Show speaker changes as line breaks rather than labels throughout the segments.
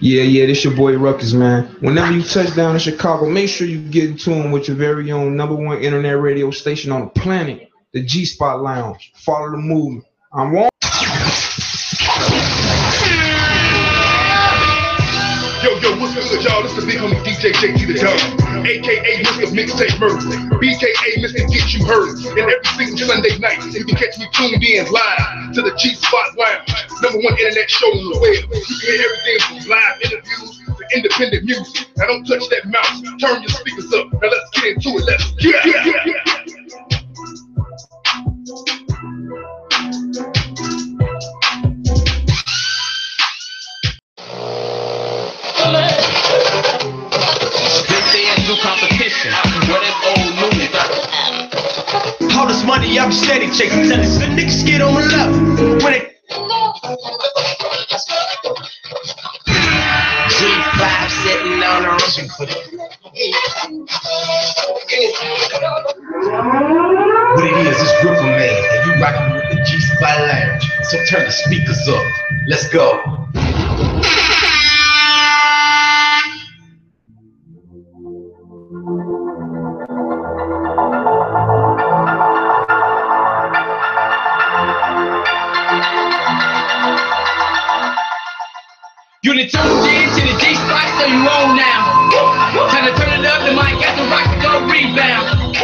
Yeah, yeah, this your boy Ruckus, man. Whenever you touch down in Chicago, make sure you get in tune with your very own number one internet radio station on the planet, the G Spot Lounge. Follow the movement. I'm on.
Yo, yo, what's good, y'all? This is the homie DJ JT the Dumb, aka Mr. Mixtape Murder, BKA Mr. Get You Heard. And every single Sunday night, you can catch me tuned in live to the G Spot Lounge, number one internet show on the web. You can hear everything from live interviews to independent music. Now don't touch that mouse, turn your speakers up. Now let's get into it. Let's get it.
They say it's new competition. What if old news? All this money I'm steady chasing, telling some niggas get on my level. When it G5 sitting on a rushing for the What it is, it's Ripple Man, and you rocking with the G Spot Lounge. So turn the speakers up. Let's go. You done tuned in to the G spot, so you on now. Time to turn it up, the mic got the rock to go rebound.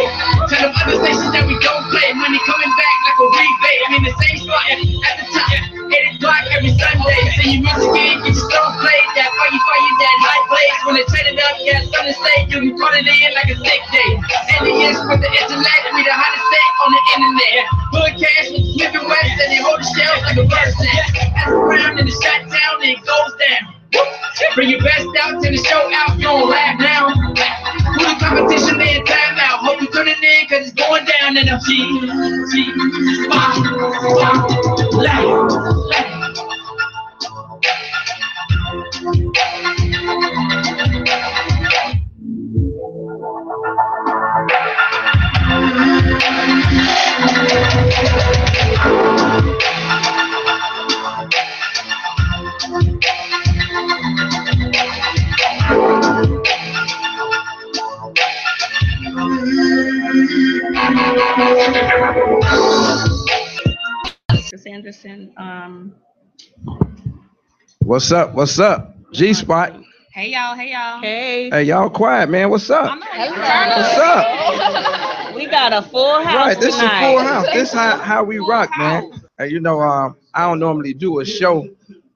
Tell them other stations that we don't play. Money coming back like a rebate. I'm in the same spot at at the top. 8 o'clock every Sunday. Send your music in, get your song played. That fire, fire, that light blaze. When they turn it up, yeah, sun and stay. You can put it in like a sick day. Aliens with the intellect, we the hottest set on the internet. Hood cash with Smith and West, and they hold the shells like a bird set. Pass around in the shot town, and it goes down. Bring your best out to the show out, you don't laugh now. Who the competition in time out? Hope you turn it in, cause it's going down in the G, G, spot, spot, loud, loud.
Ms. Anderson. Um,
What's up? What's up? G Spot.
hey y'all, hey y'all.
Hey.
Hey, y'all quiet, man. What's
I
up?
know
Hey,
y'all.
turn
What's up?
We got a full house
Right, this is
tonight.
full house. This how how we rock, man. And you know, um, I don't normally do a show.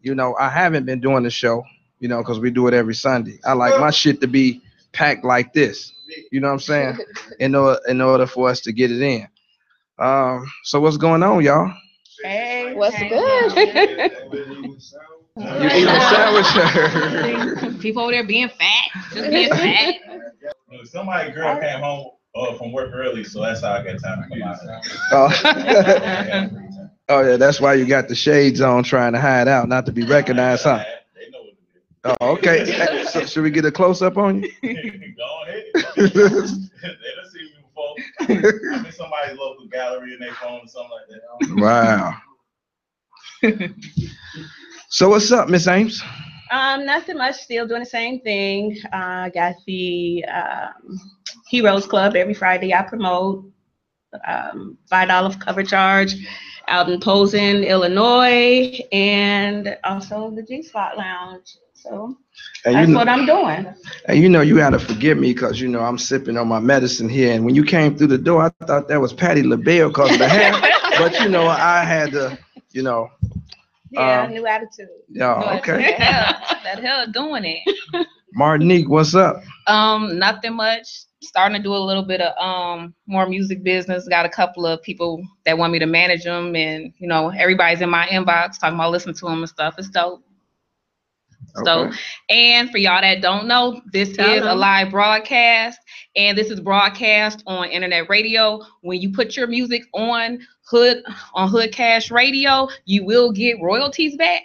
You know, I haven't been doing the show. You know, because we do it every Sunday. I like my shit to be packed like this. You know what I'm saying? In order, in order for us to get it in. Um, so what's going on, y'all?
Hey.
What's good?
You eating a sandwich?
People over there being fat, just being fat.
Look, Somebody girl came home uh, from work early, so that's how I got time to come out.
oh. oh yeah, that's why you got the shades on, trying to hide out, not to be recognized, huh?
They know what to
Oh, okay. Hey, so should we get a close up on
do. Go ahead. they
you?
done seen me before. I'm in somebody's local gallery and they phone or something like that.
Wow. so what's up, Miss Ames?
Um, nothing much. Still doing the same thing. Uh, got the um, Heroes Club every Friday. I promote um, five dollar cover charge out in Posen, Illinois, and also the G Spot Lounge. So
And you
that's
know,
what I'm doing.
and you know, you gotta forgive me because you know I'm sipping on my medicine here. And when you came through the door, I thought that was Patty LaBelle because the hair. but you know, I had to, you know,
Yeah,
Um,
new attitude.
yeah, okay.
That hell doing it.
Martinique, what's up?
Um, nothing much. Starting to do a little bit of um more music business. Got a couple of people that want me to manage them, and you know everybody's in my inbox talking about listen to them and stuff. It's dope. So,
Okay.
and for y'all that don't know, this
Tell
is a
them.
live broadcast, and this is broadcast on internet radio. When you put your music on Hood on Hood Cash Radio, you will get royalties back.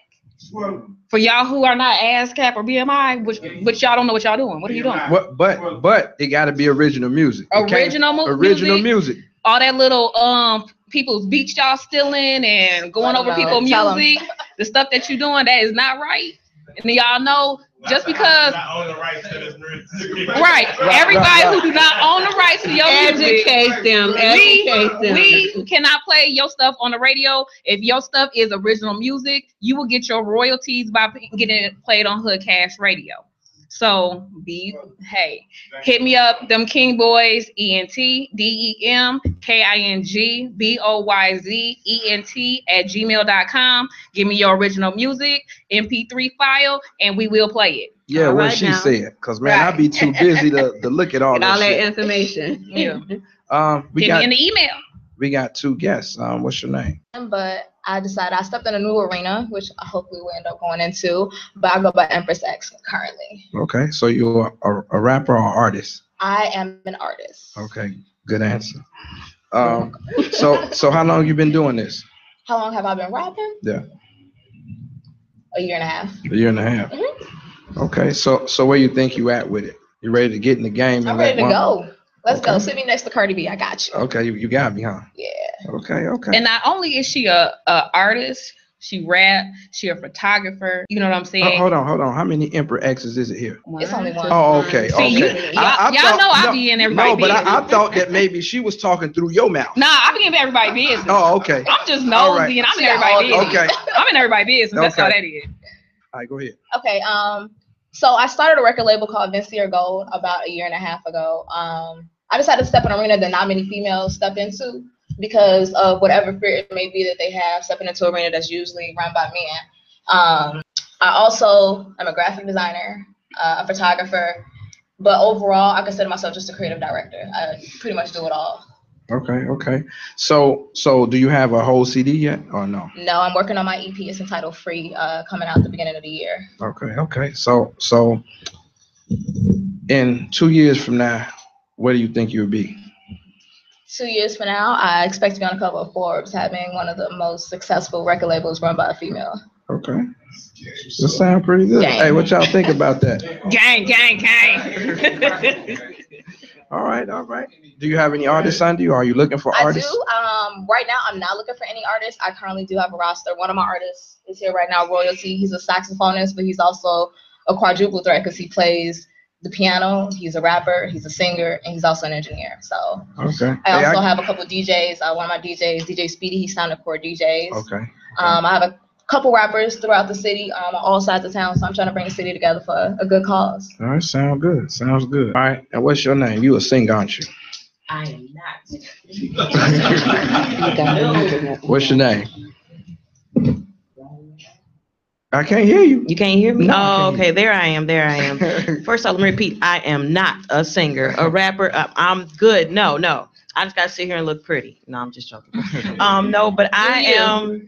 For y'all who are not ASCAP or BMI, which but y'all don't know what y'all doing. What are you doing?
What? But but it gotta be original music. It can't-
original, mu-
Original
music,
music.
all that little um people's beats y'all stealing and going
Oh,
over
no.
people's
Tell 'em.
music, the stuff that you doing that is not right. And y'all know Just
I- I do
because-
not own the rights to this music.
Right.
Right,
Everybody
right,
who do not own the rights to your music,
Educate them, educate them.
we cannot play your stuff on the radio. If your stuff is original music, you will get your royalties by p- getting it played on Hood Cash Radio. So be hey, hit me up. Them King Boys, E N T D E M K I N G B O Y Z E N T at gmail.com. Give me your original music, MP3 file, and we will play it.
Yeah,
All
what
right
she
now.
said. Cause man, I'd be too busy to, to look at all
Get
that,
all that
shit.
information.
Yeah.
Um, we
Hit me
got
in the email.
we got two guests. Um, what's your name?
But I decided I stepped in a new arena, which I hopefully will end up going into. But I go by Empress X currently.
Okay, so you're a, a rapper or artist?
I am an artist.
Okay, good answer. Um, so so how long you been doing this?
How long have I been rapping?
Yeah.
A year and a half.
A year and a half.
Mm-hmm.
Okay, so so where you think you at with it? You ready to get in the game? and
I'm
let
ready to
one-
go. Let's go.
Okay.
Sit me next to Cardi B. I got you.
Okay, you, you got me, huh?
Yeah.
Okay, okay.
And not only is she a, a artist, she rap, she a photographer. You know what I'm
Ho-
saying?
Oh, hold on, hold on. How many Emperor X's is it here?
It's only one.
Oh, okay,
See, you-
okay.
y'all,
I- I
y'all
thought-
know I
no,
be in everybody.
No, but
business.
I, I thought that maybe she was talking through your mouth.
nah, I be in everybody business.
Oh, okay.
I'm just
All
nosy
right.
and I'm in
Yeah, all
everybody business.
Okay.
I'm in everybody business. That's how
Okay.
that is.
All right, go ahead.
Okay. Um. So I started a record label called Vincier Gold about a year and a half ago. Um. I decided to step in an arena that not many females step into because of whatever fear it may be that they have stepping into an arena that's usually run by men. Um. I also am a graphic designer, uh, a photographer, but overall, I consider myself just a creative director. I pretty much do it all.
Okay, okay. So so do you have a whole CD yet or no?
No, I'm working on my EP. It's entitled Free, uh, coming out at the beginning of the year.
Okay, okay. So so in two years from now, where do you think you'll be?
two years from now, I expect to be on the cover of Forbes, having one of the most successful record labels run by a female.
Okay. That sound pretty good.
Dang.
Hey, what y'all think about that?
Gang, gang, gang.
All right, all right. Do you have any artists under you? Are you looking for artists?
I do. Um, right now, I'm not looking for any artists. I currently do have a roster. One of my artists is here right now, Royalty. He's a saxophonist, but he's also a quadruple threat because he plays the piano, he's a rapper, he's a singer, and he's also an engineer. So
Okay.
I
Hey,
also have a couple DJs. Uh, one of my DJs, DJ Speedy, he's signed to core DJs.
okay.
Um, I have a couple rappers throughout the city, um, on all sides of town. So I'm trying to bring the city together for a good cause.
All right, sound good. Sounds good. All right, and what's your name? You a singer, aren't you?
I am not.
What's your name? I can't hear you.
You can't hear me?
No, I
Oh,
can't hear
okay, there I am, there I am.
okay,
First, I'll repeat, I am not a singer, a rapper, uh, I'm good, no, no. I just gotta sit here and look pretty. No, I'm just joking. Um, no, but I am,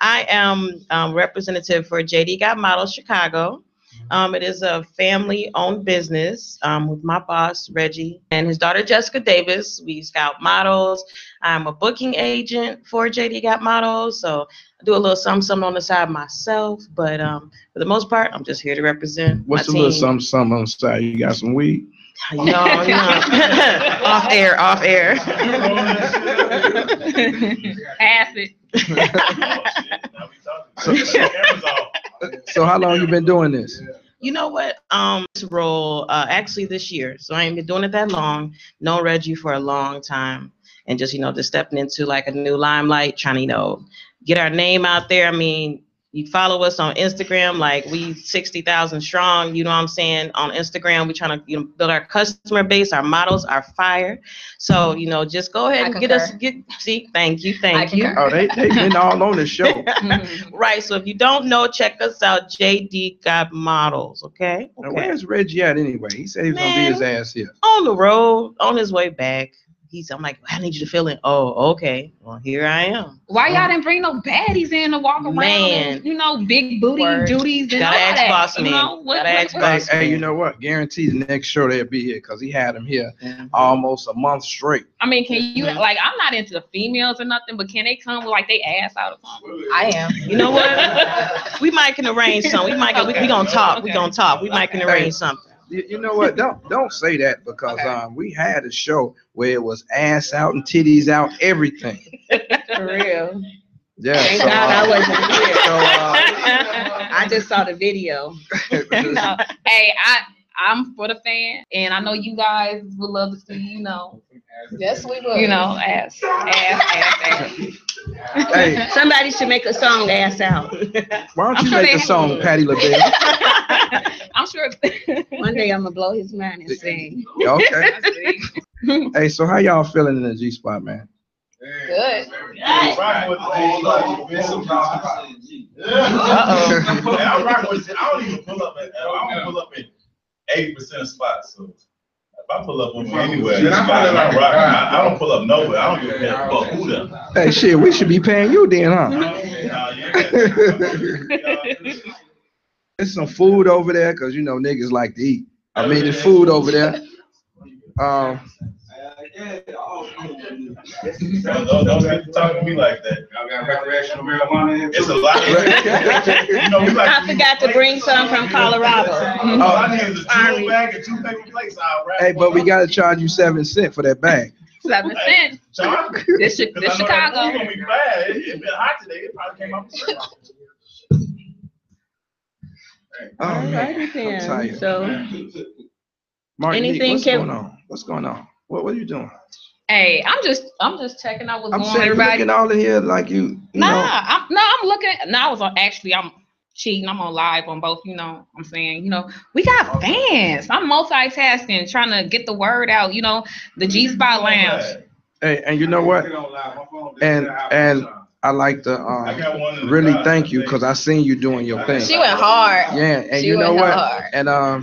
I am, um, representative for JD Got Model Chicago.
Mm-hmm.
Um, it is a family-owned business, um, with my boss Reggie and his daughter Jessica Davis. We scout models. I'm a booking agent for JD Got Models, so I do a little something, something on the side myself, but, um, for the most part, I'm just here to represent my
What's a little
team.
something, something on the side? You got some weed?
No, no. Off air, off air.
Pass it.
So how long you been doing this?
You know what? Um, this role uh, actually this year, so I ain't been doing it that long. Known Reggie for a long time, and just you know, just stepping into like a new limelight, trying to you know get our name out there. I mean, you follow us on Instagram, like we sixty thousand strong. You know what I'm saying? On Instagram, we trying to you know build our customer base, our models, our fire. So you know, just go ahead
I
and get us
concur.
get. See, thank you, thank you.
concur.
Oh, they they been all on the show.
Right. So if you don't know, check us out. JD got models. Okay.
Now,
Okay.
where's Reggie at anyway? He said he was gonna be his ass here.
On the road, on his way back. He's. I'm like, I need you to fill in. Oh, okay. Well, here I am.
Why y'all didn't bring no baddies in to walk around?
Man.
And, you know, big booty
Word.
duties and
Gotta
all
ask
that.
boss
you
man.
know? What-
Gotta
what-
ask
what-
Hey,
boss
hey, you
man.
know what? Guarantee the next show they'll be here because he had him here
Yeah.
almost a month straight.
I mean, can you
Mm-hmm.
Mhm.
like? I'm not into the females or nothing, but can they come with like they ass out or something?
I am.
You know what? we might can arrange something. We might. Can, we, we gonna talk. We
Okay.
gonna talk. We might can
Okay.
arrange something.
You, you know what? Don't don't say that because um we had a show where it was ass out and titties out, everything.
For real.
Yeah.
Thank
so,
God I
uh,
wasn't here.
so, uh,
I just saw the video.
no. Hey, I I'm for the fan, and I know you guys would love to see you know
Yes, we would.
you know ass ass ass ass.
hey,
Somebody should make a song ass out.
why don't
I'm
you
sure
make
they
a
have
song,
one.
Patty LaBelle?
I'm sure.
One day I'm gonna blow his mind and sing.
okay. Hey, so how y'all feeling in the G spot, man?
Good.
I'm rocking with the whole lot. Been some problems. Yeah, I'm rocking with, I don't even pull up at, I don't pull up at eighty percent of spots, so. If I pull up on anywhere, it's fine, I'm rocking, I, I don't pull up nowhere, I don't give a fuck who the.
Hey, shit, we should be paying you then, huh?
I
There's some food over there, cause you know niggas like to eat. I mean, there's food over there. Um,
Don't, don't, don't sit talking to me like that.
Y'all got recreational marijuana
It's a lot. You know, we like.
I forgot to bring some from
Oh,
Colorado.
All Oh, I need is a two bag and two paper plates. I'll wrap
hey, but we
one
gotta charge you seven cent for that bag.
Seven cents.
up. John,
This Chi-
'cause
this
I know that food
Chicago.
gonna be bad. It- It's been hot today. It probably came out.
Oh man,
Alrighty
I'm
then.
tired.
So
Martin,
Anything
what's
can-
going on? What's going on? What What are you doing?
Hey, I'm just I'm just checking out what's
I'm
going on.
saying, you
Everybody.
looking all in here like you. you
Nah,
know,
I'm, no, I'm looking. No, I was on. Actually, I'm cheating. I'm on live on both. You know, I'm saying. You know, we got fans. I'm multitasking, trying to get the word out. You know, the G Spot Lounge.
hey, and you know what? And and I like to
I
um
got one. in the
really
car.
thank you because I seen you doing your thing.
She went hard.
Yeah, and
she
you know
went
what?
hard.
and um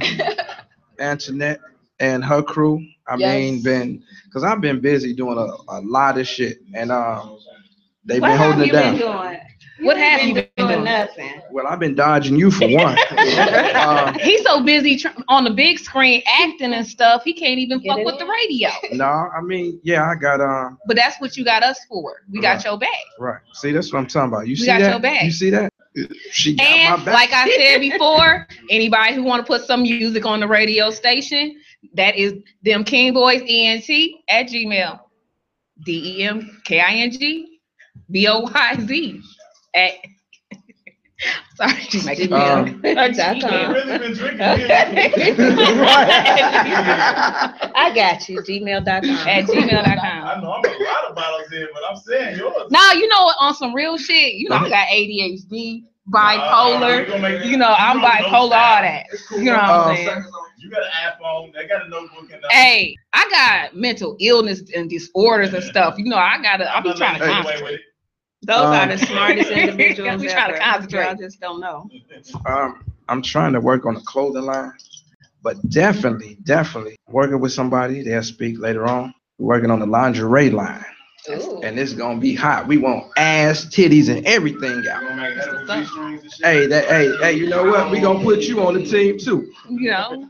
Antoinette and her crew. I mean,
Yes.
been because I've been busy doing a, a lot of shit, and um they've
what
been
have
holding
you
it down.
been doing?
What have you been doing?
Nothing.
well, I've been dodging you for one. um,
He's so busy tr- on the big screen acting and stuff. He can't even
Get
fuck
it
with
in.
the radio.
no, I mean, yeah, I got um
But that's what you got us for. We got
Right.
your back.
right. See, that's what I'm talking about. You see
got
that?
your back.
You see that? She got my
And
back.
like I said before, anybody who want to put some music on the radio station, that is them King Boys ENT at Gmail. D E M K I N G B O Y Z at sorry, you make it
Um,
better. At
dot
I've
Gmail.
really been drinking.
I got you. Gmail.com.
At gmail.com.
I know I'm a lot of bottles in, but I'm saying yours.
Now you know on some real shit, you know I got ADHD,
Nah, we
bipolar,
gonna make it-
you know, I'm
don't know
bipolar, all
that.
that. You know what I'm
Um,
saying?
You got an iPhone, they got a notebook and.
Hey, I got mental illness and disorders and stuff. You know, I gotta I'll be trying to
get
concentrate.
away with it.
Those are the smartest individuals
Um, We try to
ever.
concentrate.
Y'all just don't know.
um, I'm trying to work on the clothing line, but definitely, definitely working with somebody. They'll speak later on. Working on the lingerie line.
Ooh.
and it's gonna be hot. We want ass, titties, and everything out. Hey, that, hey, hey, you know what? We gonna put you on the team too.
You know,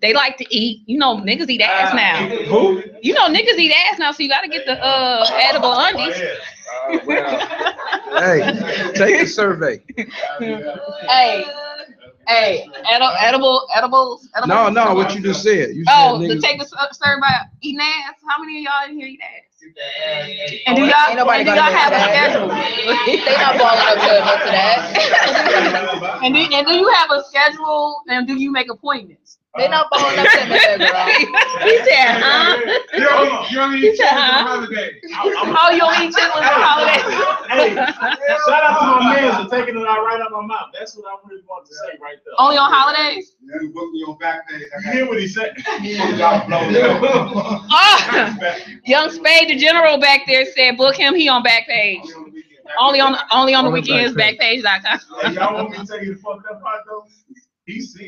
they like to eat. You know, niggas eat
Ah.
ass now.
Who?
You know, niggas eat ass now, so you gotta get the uh edible undies.
Hey, take the survey.
Hey, hey, edible, edible, edibles. edible-
No, no, what you just said. You said
Oh, to
niggas-
take us up, serve by eating ass. How many of y'all in here eat ass? And
Oh,
do
ain't
y'all,
nobody
and do y'all
gonna do
have a
that.
schedule?
They not balling up good enough to that.
And do, and do you have a schedule? And do you make appointments?
they not balling up to that, girl.
He said, huh? He said, huh?
Oh, you don't eat chicken on the holidays?
Hey, shout out to my man for taking it out right out my mouth. That's what I really wanted to say right there.
Only on holidays?
You hear what he said?
Oh, young Spade, the general back there said, book him. He on Backpage. Only on only on the
Only
weekends. Backpage.com.
Hey, y'all want me to tell you the fucked up part though? He said.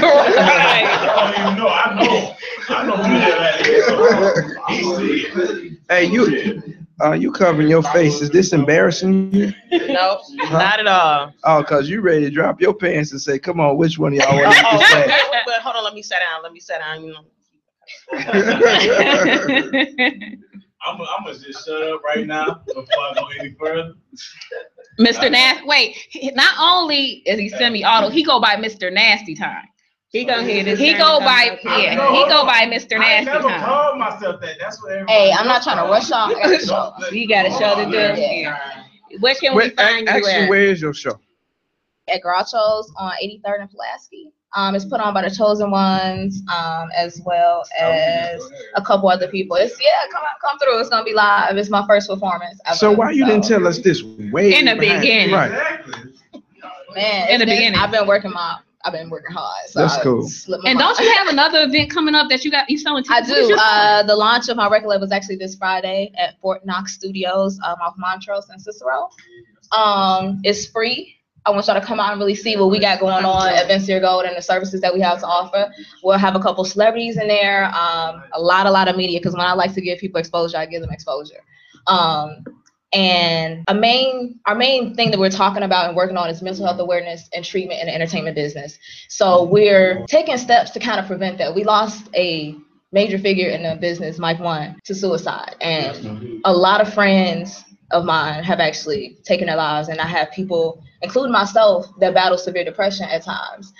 right.
I don't even know. I know. I know who that is. So, He said.
Hey, you, uh, you covering your face. Is this embarrassing you?
No,
Huh?
not at all.
Oh, cause you ready to drop your pants and say, come on, which one of y'all want to say?
But hold on, let me sit down. Let me sit down. You know.
I'm gonna I'm gonna just shut up right now before I go any further.
Mr. Nasty. Wait, he- not only is he semi-auto, he go by Mr. Nasty Time.
He gonna hear this.
He
thing
go
coming
by
up here.
yeah, he go by Mr.
I
Nasty
ain't never
Time.
called myself that. That's what everybody.
Hey, I'm not trying to rush y'all. I gotta show.
You got a show to do.
Yeah.
Where can we
Where,
find you
actually,
at?
where is your show?
at Groucho's on 83rd and Pulaski. Um, it's put on by the Chosen Ones, um, as well
Oh,
as a couple other people. It's yeah, come on, come through. It's gonna be live. It's my first performance. ever,
So why you didn't
so,
tell us this way
In the
behind-
beginning.
Right.
Man,
in
it's
the
been-
beginning.
I've been working my, I've been working hard. So
That's
I
cool.
slipped my
And
mind.
don't you have another event coming up that you got? You selling
I
tickets? What is
do.
your-
Uh, the launch of my record label is actually this Friday at Fort Knox Studios um, off Montrose and Cicero. Um, it's free. I want y'all to come out and really see what we got going on at Vincier Gold and the services that we have to offer. We'll have a couple celebrities in there, um, a lot, a lot of media, because when I like to give people exposure, I give them exposure. Um, and a main, our main thing that we're talking about and working on is mental health awareness and treatment in the entertainment business. So we're taking steps to kind of prevent that. We lost a major figure in the business, Mike One, to suicide. And a lot of friends of mine have actually taken their lives. And I have people, including myself, that battle severe depression at times.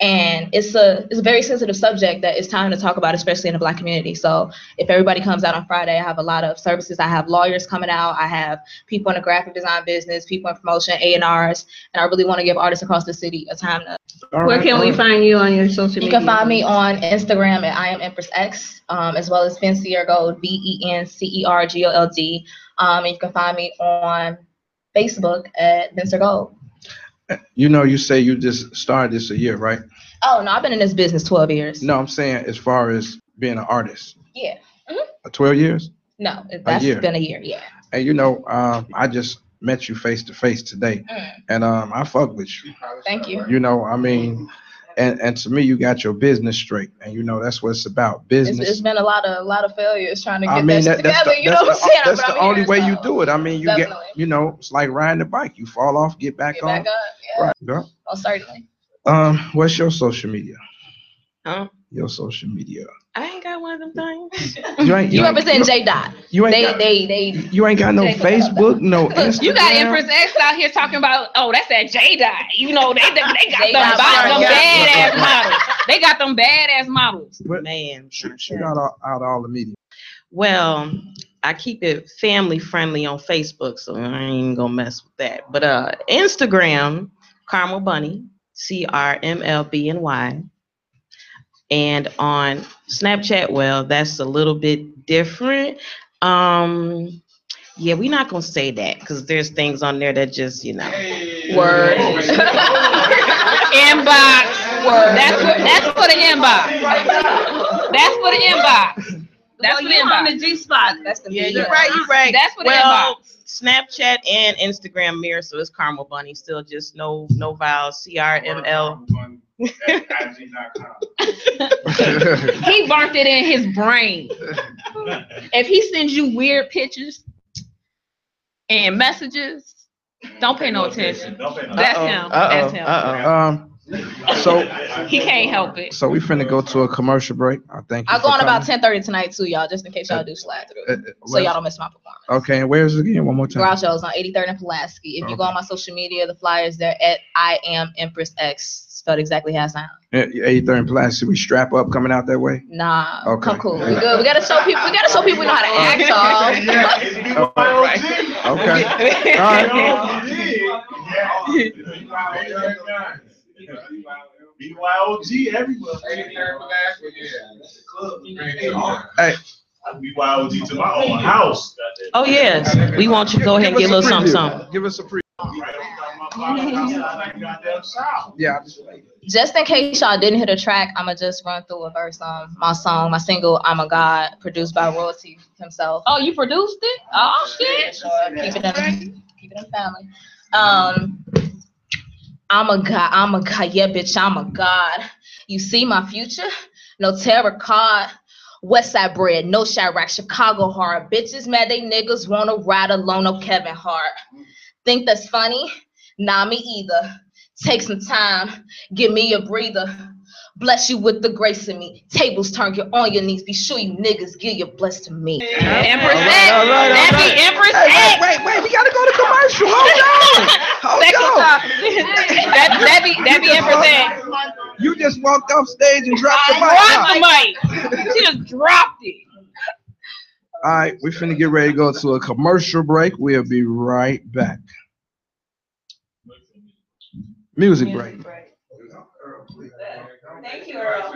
And it's a it's a very sensitive subject that it's time to talk about, especially in the black community. So if everybody comes out on Friday, I have a lot of services. I have lawyers coming out. I have people in the graphic design business, people in promotion, A and R's, and I really want to give artists across the city a time to
All
Where
right,
can
all
we
right.
find you on your social
you
media?
can find me on Instagram at I am Empress X, um, as well as Fencier Gold, B E N C E R G O L D. Um, and you can find me on Facebook at Vincer Gold.
You know, you say you just started this a year, right?
Oh no, I've been in this business 12 years.
No, I'm saying as far as being an artist,
Yeah.
uh, 12 years.
No, that's
year.
been a year. Yeah.
And you know, um, I just met you face to face today,
Mm.
and um, I fuck with you.
Thank you.
You know, I mean, and and to me, you got your business straight, and you know that's what it's about,
It's,
business.
it's been a lot of lot of failures trying to get
I mean,
that shit
that, that's
together.
the,
you know
that's
what I'm saying?
the, that's
But
the
I'm
only
here,
way you
so
do it. I mean, you
Definitely.
get, you know, it's like riding a bike. You fall off, get back
Get
on.
back up. Yeah.
Right, girl.
Oh,
Most certainly.
Um, what's your social media?
Huh?
Your social media.
I ain't got one of them things.
You ain't
You
you, ain't,
represent J Dot.
you ain't
They
got,
they they
you ain't got no
Jacob about that.
Facebook, no
Look,
Instagram.
you got Empress X out here talking about, oh, that's that J Dot. You know, they, they, they got them,
They got
bad, them
bodies.
badass models. They got them badass models.
But
Man,
shoot, shoot out, all- out all the media.
well, I keep it family friendly on Facebook, so I ain't gonna mess with that. But uh, Instagram, Carmel Bunny, C R M L B N Y, and on Snapchat, well, that's a little bit different. Um, yeah, we're not gonna say that because there's things on there that just you know.
word.
Inbox.
Word.
That's for, that's for the inbox. That's for the inbox. That's
That's
for
well,
the
you on
inbox.
the G spot.
That's the
Yeah,
media.
you're right. You're right.
That's for the
well,
inbox.
Snapchat and Instagram mirror, so it's Carmel Bunny. Still, just no no vowels. C R M L.
He burnt it in his brain. If he sends you weird pictures and messages, don't pay no attention. That's him. That's him.
Um, so
He can't help it.
so we finna go to a commercial break. I thank you.
I'll go
for
on about
coming.
10:30 tonight too, y'all, just in case y'all do slide through.
Uh, uh,
so y'all
where's-
don't miss my performance.
Okay, and where's it again? One more time.
Garage shows on 83rd and Pulaski. If you go
Okay.
on my social media, the flyers there at I am Empress X, spelled exactly how it sounds.
Eighth third and Plastic. We strap up coming out that way.
Nah,
Okay.
come cool. We good. We gotta show people. We gotta show people we know how to act. Off.
Okay. All right.
BYOG everywhere.
Hey.
BYOG to my own house. goddamn.
Oh yes, we want you to go ahead and get a little something something.
Give us a preview.
Right on top of my block, outside like goddamn shower.
Yeah.
Just in case y'all didn't hit a track, I'ma just run through a verse on my song, my single "I'm a God," produced by Royalty himself.
Oh, you produced it? Oh shit.
Sure, keep it in, keep it in family. Um, I'm a god, I'm a god, yeah, bitch, I'm a god. You see my future? No terror card. West Side bread, no Chirac, Chicago hard. Bitches mad they niggas wanna ride alone, no Kevin Hart. Think that's funny? Nah, me either. Take some time, give me a breather. Bless you with the grace of me. Tables turn, get on your knees. Be sure you niggas give your bless to me.
Empress
All
X.
right, all right, all
That be
right.
Empress
Hey,
X.
wait, wait, wait. We gotta go to commercial. Hold on.
Sexual
Hold on.
talk. That that be that be Empress X.
You just walked off stage and dropped the mic.
I dropped the mic. She just dropped it.
All right, we finna get ready to go to a commercial break. We'll be right back. Music break.
Thank you, Earl.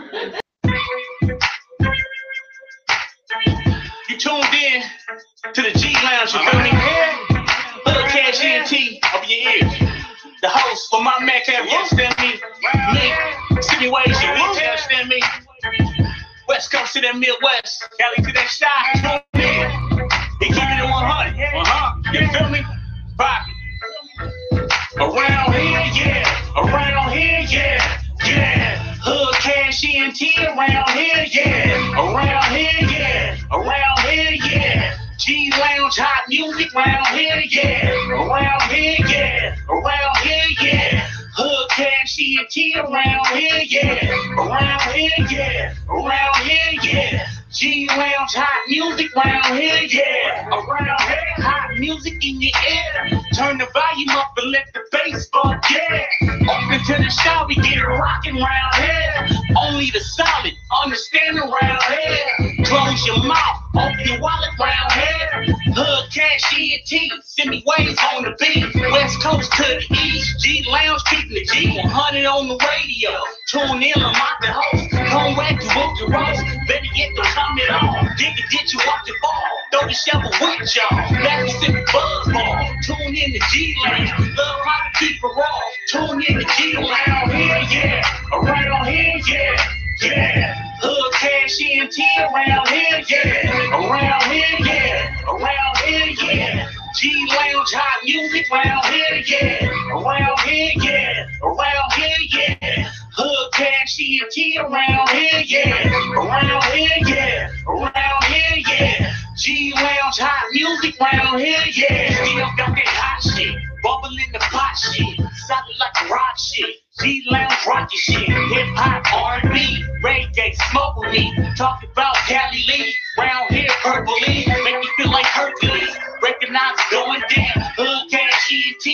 You tuned in to the G Lounge, you feel me? Little Cash E ENT up in your ear. The host for my Mac have you understand me? Me, situation, you understand me? West Coast to the Midwest, Cali to that shy. Tuned in. They keep it at 100. Uh-huh. You feel me? Bobby. Around here, yeah. Around here, yeah. Yeah. Hood cash ENT around here, yeah. Around here, yeah. Around here, yeah. G Lounge hot music around here, yeah. Around here, yeah. Around here, yeah. Hood cash ENT around here, yeah. Around here, yeah. Around here, yeah. G Lounge hot music around here, yeah. Around here, hot music in your ear. Turn the volume up and let the bass bump, yeah. Open to the show, we get it rocking round here. Only the solid understand around here. Close your mouth, open your wallet round here. Hood cash ENT, send me waves on the beat. West Coast to the East, G Lounge keeping the G100 on the radio. Tune in, I'm out the host. Come back to book the roast. Better get the comment on. Dig it, get you off the ball. Throw the shovel with y'all. Back to the buzz ball. Tune in to G Lounge. Love how to keep it raw. Tune in to G around here, yeah. Around here, yeah. Yeah, hood cash ENT around here, yeah. Around here, yeah. Around here, yeah. G Lounge hot music around here, yeah. Around here, yeah. Around here, yeah. Hood cash ENT around here, yeah. Around here, yeah. Around here, yeah. G Lounge hot music around here, yeah. Still got that hot shit. Bubble in the pot shit. Solid like rock shit. G Lounge rocky shit, hip hop, R&B, reggae, smoke with me. Talk about Cali Lee, round here purple league, make me feel like Hercules. Recognize it's going down, hood cash ENT,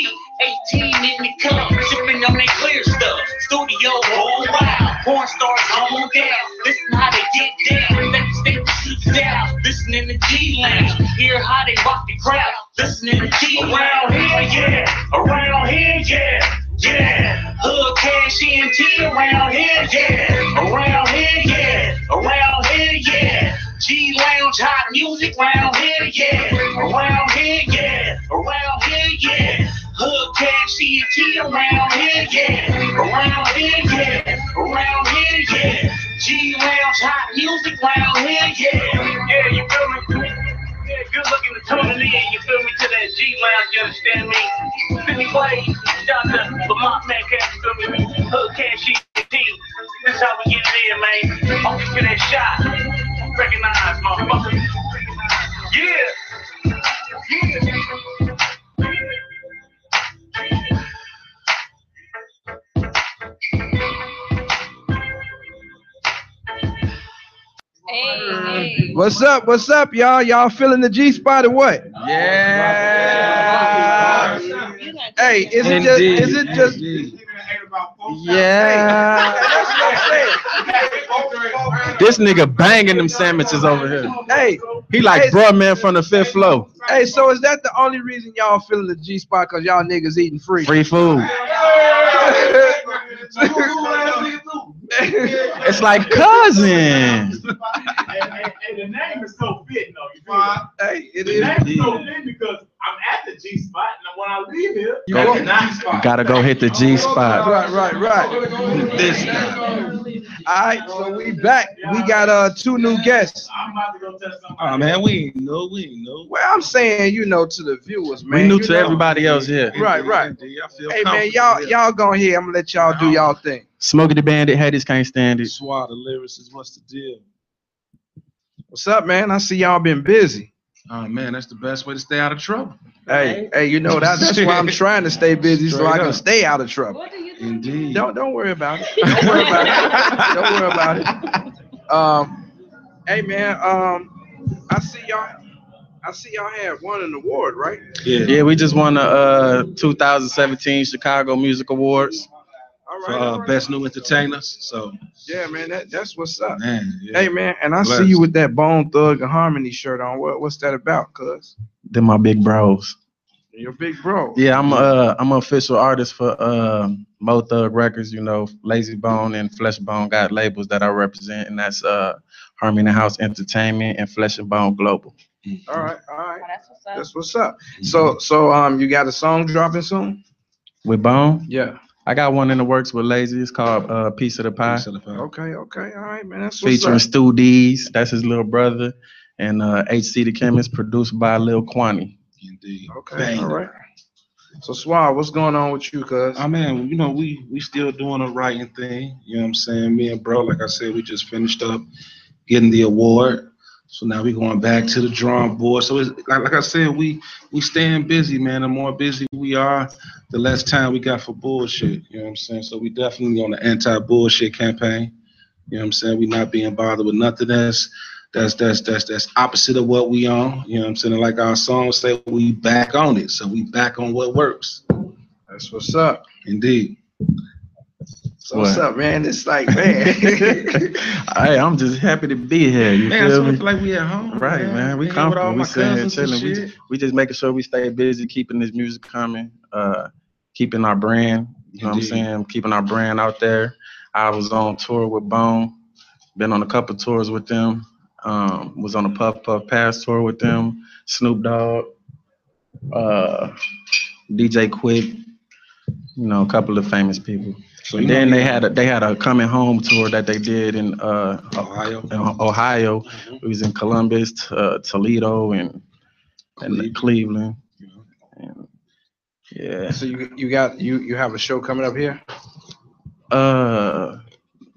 18 in the cup, sipping on that clear stuff. Studio whole wild, porn stars come on down, listen how they get down, let them stick the shoots out. Listening to G Lounge, hear how they rock the crowd. Listening to G around here, yeah, around here, yeah. Yeah, hood cash ENT around here, yeah. Around here, yeah. Around here, yeah. G Lounge hot music around here, yeah. Around here, yeah. Around here, yeah. Hood cash ENT around here, yeah. Around here, yeah. Around here, yeah. G Lounge hot music around here, yeah. Yeah, you feel me? Yeah, good looking to tuning in, you feel me, to that G Lounge, you understand me? Billy Way, shout out to Lamont Man Cash, you feel me? Hood Cash GT. This is how we get it in, man. Open to that shot. Recognize, motherfucker. Yeah!
Hey, hey.
What's up? What's up, y'all? Y'all feeling the G spot or what? Yeah. Hey, is it just? Is it just? Yeah. That's what I'm saying.
This nigga banging them sandwiches over here.
Hey,
He like bruh man from the fifth floor.
hey. So is that the only reason y'all feeling the G spot? Cause y'all niggas eating free.
Free food. It's like cousin.
the name is so fitting though, you
hey, it
The
is.
name is so fitting because I'm at the G spot and when I leave here,
You
Go-
go-
Gotta go hit the G spot.
Right, right, right.
This
All right, so we back. We got uh two new guests.
I'm about to go touch somebody.
Oh man, we ain't know, we ain't know.
Well, I'm saying, you know, to the viewers, man.
We new
you
to
know.
everybody else here.
Right, right.
I feel
Hey, man,
confident,
y'all,
yeah.
y'all gonna hear. I'm gonna let y'all do y'all thing.
Smokey the Bandit, haters can't stand it.
Swat, the lyricist, what's the deal?
What's up, man? I see y'all been busy.
Oh man, that's the best way to stay out of trouble.
Hey, hey, you know that, that's why I'm trying to stay busy so I
Straight
can
up.
stay out of trouble.
What do you do?
Indeed.
Don't don't worry about it. Don't worry about it. Don't worry about it. Um, hey, man. Um, I see y'all. I see y'all had won an award, right?
Yeah, we just won the uh, 2017 Chicago Music Awards.
All
for uh, best new entertainers. So
Yeah, man, that, that's what's up.
man, yeah.
Hey, man, and I see
Bless.
you with that Bone Thug and Harmony shirt on. What, what's that about, cuz?
They're my big bros.
Your big bro.
Yeah, I'm uh I'm an official artist for uh Mo Thug Records, you know, Lazy Bone and Flesh Bone got labels that I represent, and that's uh Harmony House Entertainment and Flesh and Bone Global. Mm-hmm.
All right, all right. That's what's up. So, so, um, you got a song dropping soon?
With Bone,
Yeah.
I got one in the works with Lazy. It's called uh Piece of the Pie.
Okay, okay, all right, man, that's what's
featuring
up.
Stu Dees, that's his little brother, and uh HC the Chemist, produced by Lil Quanny.
Okay, all right. So Swab, what's going on with you, cuz?
I mean, you know, we we still doing the writing thing. You know what I'm saying? Me and bro, like I said, we just finished up getting the award. So now we going back to the drawing board. So it's like, like I said, we we staying busy, man. The more busy we are, the less time we got for bullshit. You know what I'm saying? So we definitely on the anti-bullshit campaign. You know what I'm saying? We not being bothered with nothing that's that's that's that's that's opposite of what we on. You know what I'm saying? And Like our songs say, we back on it. So we back on what works.
That's what's up.
Indeed.
So what's
What?
up, man? It's like, man.
Hey, I'm just happy to be here. You
Man, I
feel
just
me?
feel like we at home.
Right,
man.
man. We
Hanging with all
comfortable. We
my
sitting here
cousins and
chilling. We
shit.
just, we just making sure we stay busy, keeping this music coming, uh, keeping our brand. You know
Indeed.
what I'm saying? Keeping our brand out there. I was on tour with Bone. Been on a couple tours with them. Um, was on a Puff Puff Pass tour with them. Snoop Dogg, uh, DJ Quick. You know, a couple of famous people.
So
and
you
then
know-
they had a they had a coming home tour that they did in uh,
Ohio.
in Ohio.
Mhm.
We was in Columbus, T- uh, Toledo, and and Cleveland. And, yeah.
So you, you got, you, you have a show coming up here?
Uh,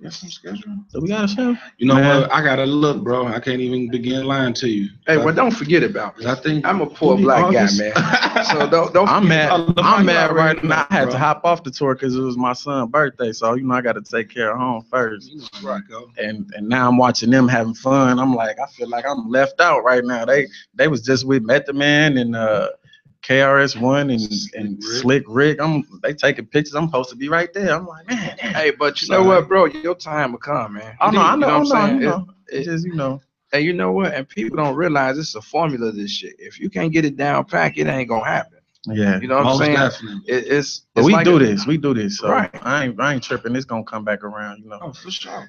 That's some schedule.
so we got a show.
You know
Man.
what? I gotta look, bro. I can't even begin lying to you.
Hey, well, don't forget about me.
I think
I'm a poor
Maybe
black guy,
August.
man. So don't, don't.
I'm
forget
mad.
about-
I'm mad right
already
now. I had
bro.
to hop off the tour because it was my son's birthday, so you know I got to take care of home first.
You know how that go.
And and now I'm watching them having fun. I'm like, I feel like I'm left out right now. They they was just with Met the Man and uh, KRS One and and
Slick
Slick Rick. I'm they taking pictures. I'm supposed to be right there. I'm like, man. damn.
Hey, but you know
Sorry.
what, bro? Your time will come, man.
I know, Oh, I
You
know,
what
I
I'm
know,
saying?
you know. It's just you know.
And you know what? And people don't realize it's a formula. This shit. If you can't get it down pack, it ain't gonna happen.
Yeah.
You know what I'm
Most
saying?
definitely.
It, it's.
But
it's
we
like
do
a-
this. We do this. So
Right.
I ain't I ain't tripping. It's gonna come back around, you know.
Oh, for sure.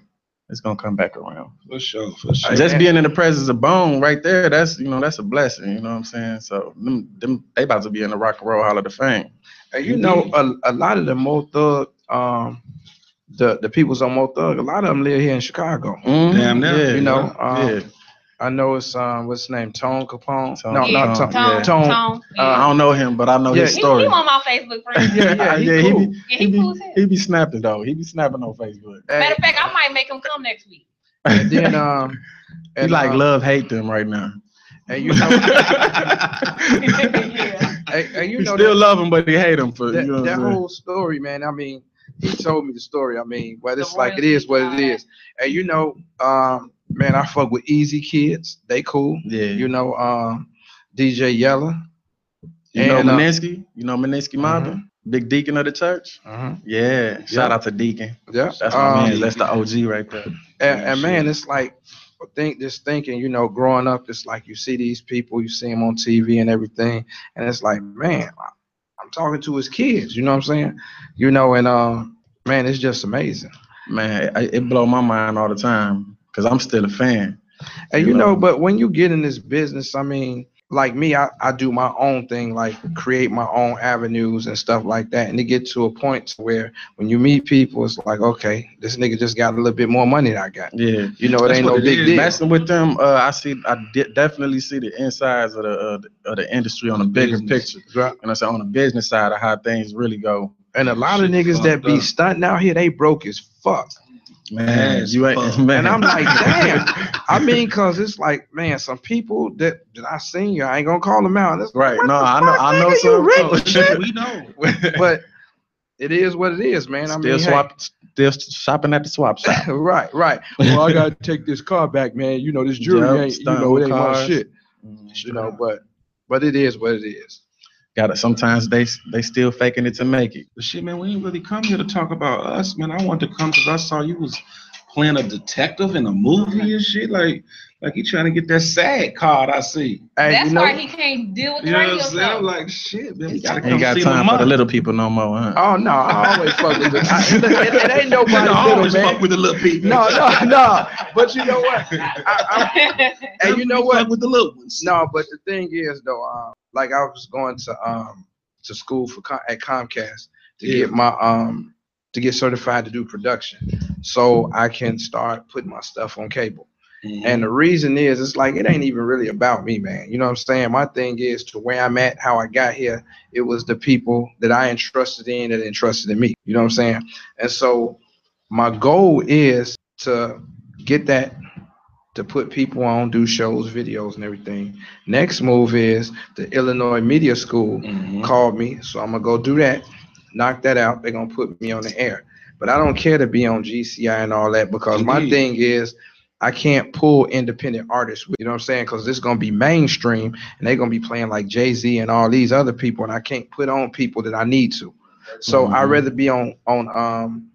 It's gonna come back around.
For sure. For sure.
Hey,
Just
man.
being in the presence of Bone right there, that's you know, that's a blessing, you know what I'm saying? So them, them they about to be in the rock and roll hall of the fame.
And you know, a, a lot of the Mo Thug, um, the the people's on Mo Thug, a lot of them live here in Chicago.
Damn near.
yeah,
You know,
Mm-hmm. yeah.
um, I know it's um, what's his name, Tone Capone.
Tone
no,
Capone,
not Tone.
yeah.
Tone,
Tone.
Tone.
Uh, I
Oh, yeah.
don't know him, but I know his
Yeah.
He, he
story.
on my Facebook friend.
Yeah, yeah, he
he,
cool.
be,
Yeah,
he,
he cool as
be,
hell.
he be snapping though. He be snapping on Facebook.
Matter
Hey,
of fact, I might make him come next week.
and then um,
he
and
like
um,
love hate them right now.
and you know, and, and you
He
know,
still
that-
love him, but he hate him for
that,
you know what
that
I'm saying?
whole story, man. I mean, he told me the story. I mean, well,
The
it's like it is what it
royalties,
is. And you know, um, man, I fuck with Easy Kids. They cool.
Yeah.
You know, um, DJ Yella.
You know
And, uh, Mm-hmm.
Meninsky? You know Meninsky Mobbin? Big deacon of the church? Yeah. Shout out to Deacon.
Yeah.
That's my
um,
man. That's the OG right there.
And, and man, it's like I think just thinking, you know, growing up, it's like you see these people, you see them on TV and everything, and it's like, man, I'm talking to his kids. You know what I'm saying? You know, and um, man, it's just amazing.
Man, I, it blow my mind all the time because I'm still a fan.
And
You
you know,
know.
but when you get in this business, I mean, like me, I, I do my own thing, like create my own avenues and stuff like that. And it get to a point to where when you meet people, it's like, okay, this nigga just got a little bit more money than I got.
Yeah.
You know, it
That's
ain't
what
no
it
big
is.
deal.
Messing with them, uh, I see. I de- definitely see the insides of the uh, of the industry on a bigger
Business.
picture, and I say on the business side of how things really go.
And a lot of
Shit
niggas that
fucked
be
up.
stunting out here, they broke as fuck.
Man,
As
you ain't
fuck.
man.
And I'm like, damn. I mean, cause it's like, man, some people that that I seen you, I ain't gonna call them out. It's
right?
what
No,
the
I know.
fuck,
I know
nigga,
some.
you rich
Oh,
as shit.
we know.
but it is what it is, man. I
still
mean, hey,
swap, still shopping at the swap shop.
right, right. Well, I gotta take this car back, man. You know, this jewelry
Yep,
ain't, you
stunt
know, it ain't my
cars.
shit.
Mm,
You know, but but it is what it is.
Got to Sometimes they they still faking it to make it.
But shit, man, we ain't really come here to talk about us, man. I wanted to come because I saw you was playing a detective in a movie and shit. Like, like you trying to get that sad card. I see.
That's why he can't deal with the
You know what
radio
I'm saying?
show.
I'm like, shit, man, we gotta come
Ain't got
see
time
my
for the little people no more, huh?
Oh no, I always fuck with the. I, look, it, it ain't nobody
I
little
always
man.
fuck with the little people.
No, no, no. But you know what? I, I, and you know what?
With the little ones.
No, but the thing is though, um, like I was going to um to school for Com- at Comcast to
Yeah.
get my um to get certified to do production, so I can start putting my stuff on cable.
Mm-hmm.
And the reason is, it's like it ain't even really about me, man. You know what I'm saying? My thing is to where I'm at, how I got here. It was the people that I entrusted in that entrusted in me. You know what I'm saying? And so my goal is to get that to put people on, do shows, videos, and everything. Next move is the Illinois Media School called me, so I'm gonna go do that, knock that out. They're gonna put me on the air, but I don't care to be on GCI and all that because my
Indeed.
thing is I can't pull independent artists. with- You know what I'm saying? Because this gonna be mainstream, and they're gonna be playing like Jay Z and all these other people, and I can't put on people that I need to. So I'd
Mhm.
rather be on on um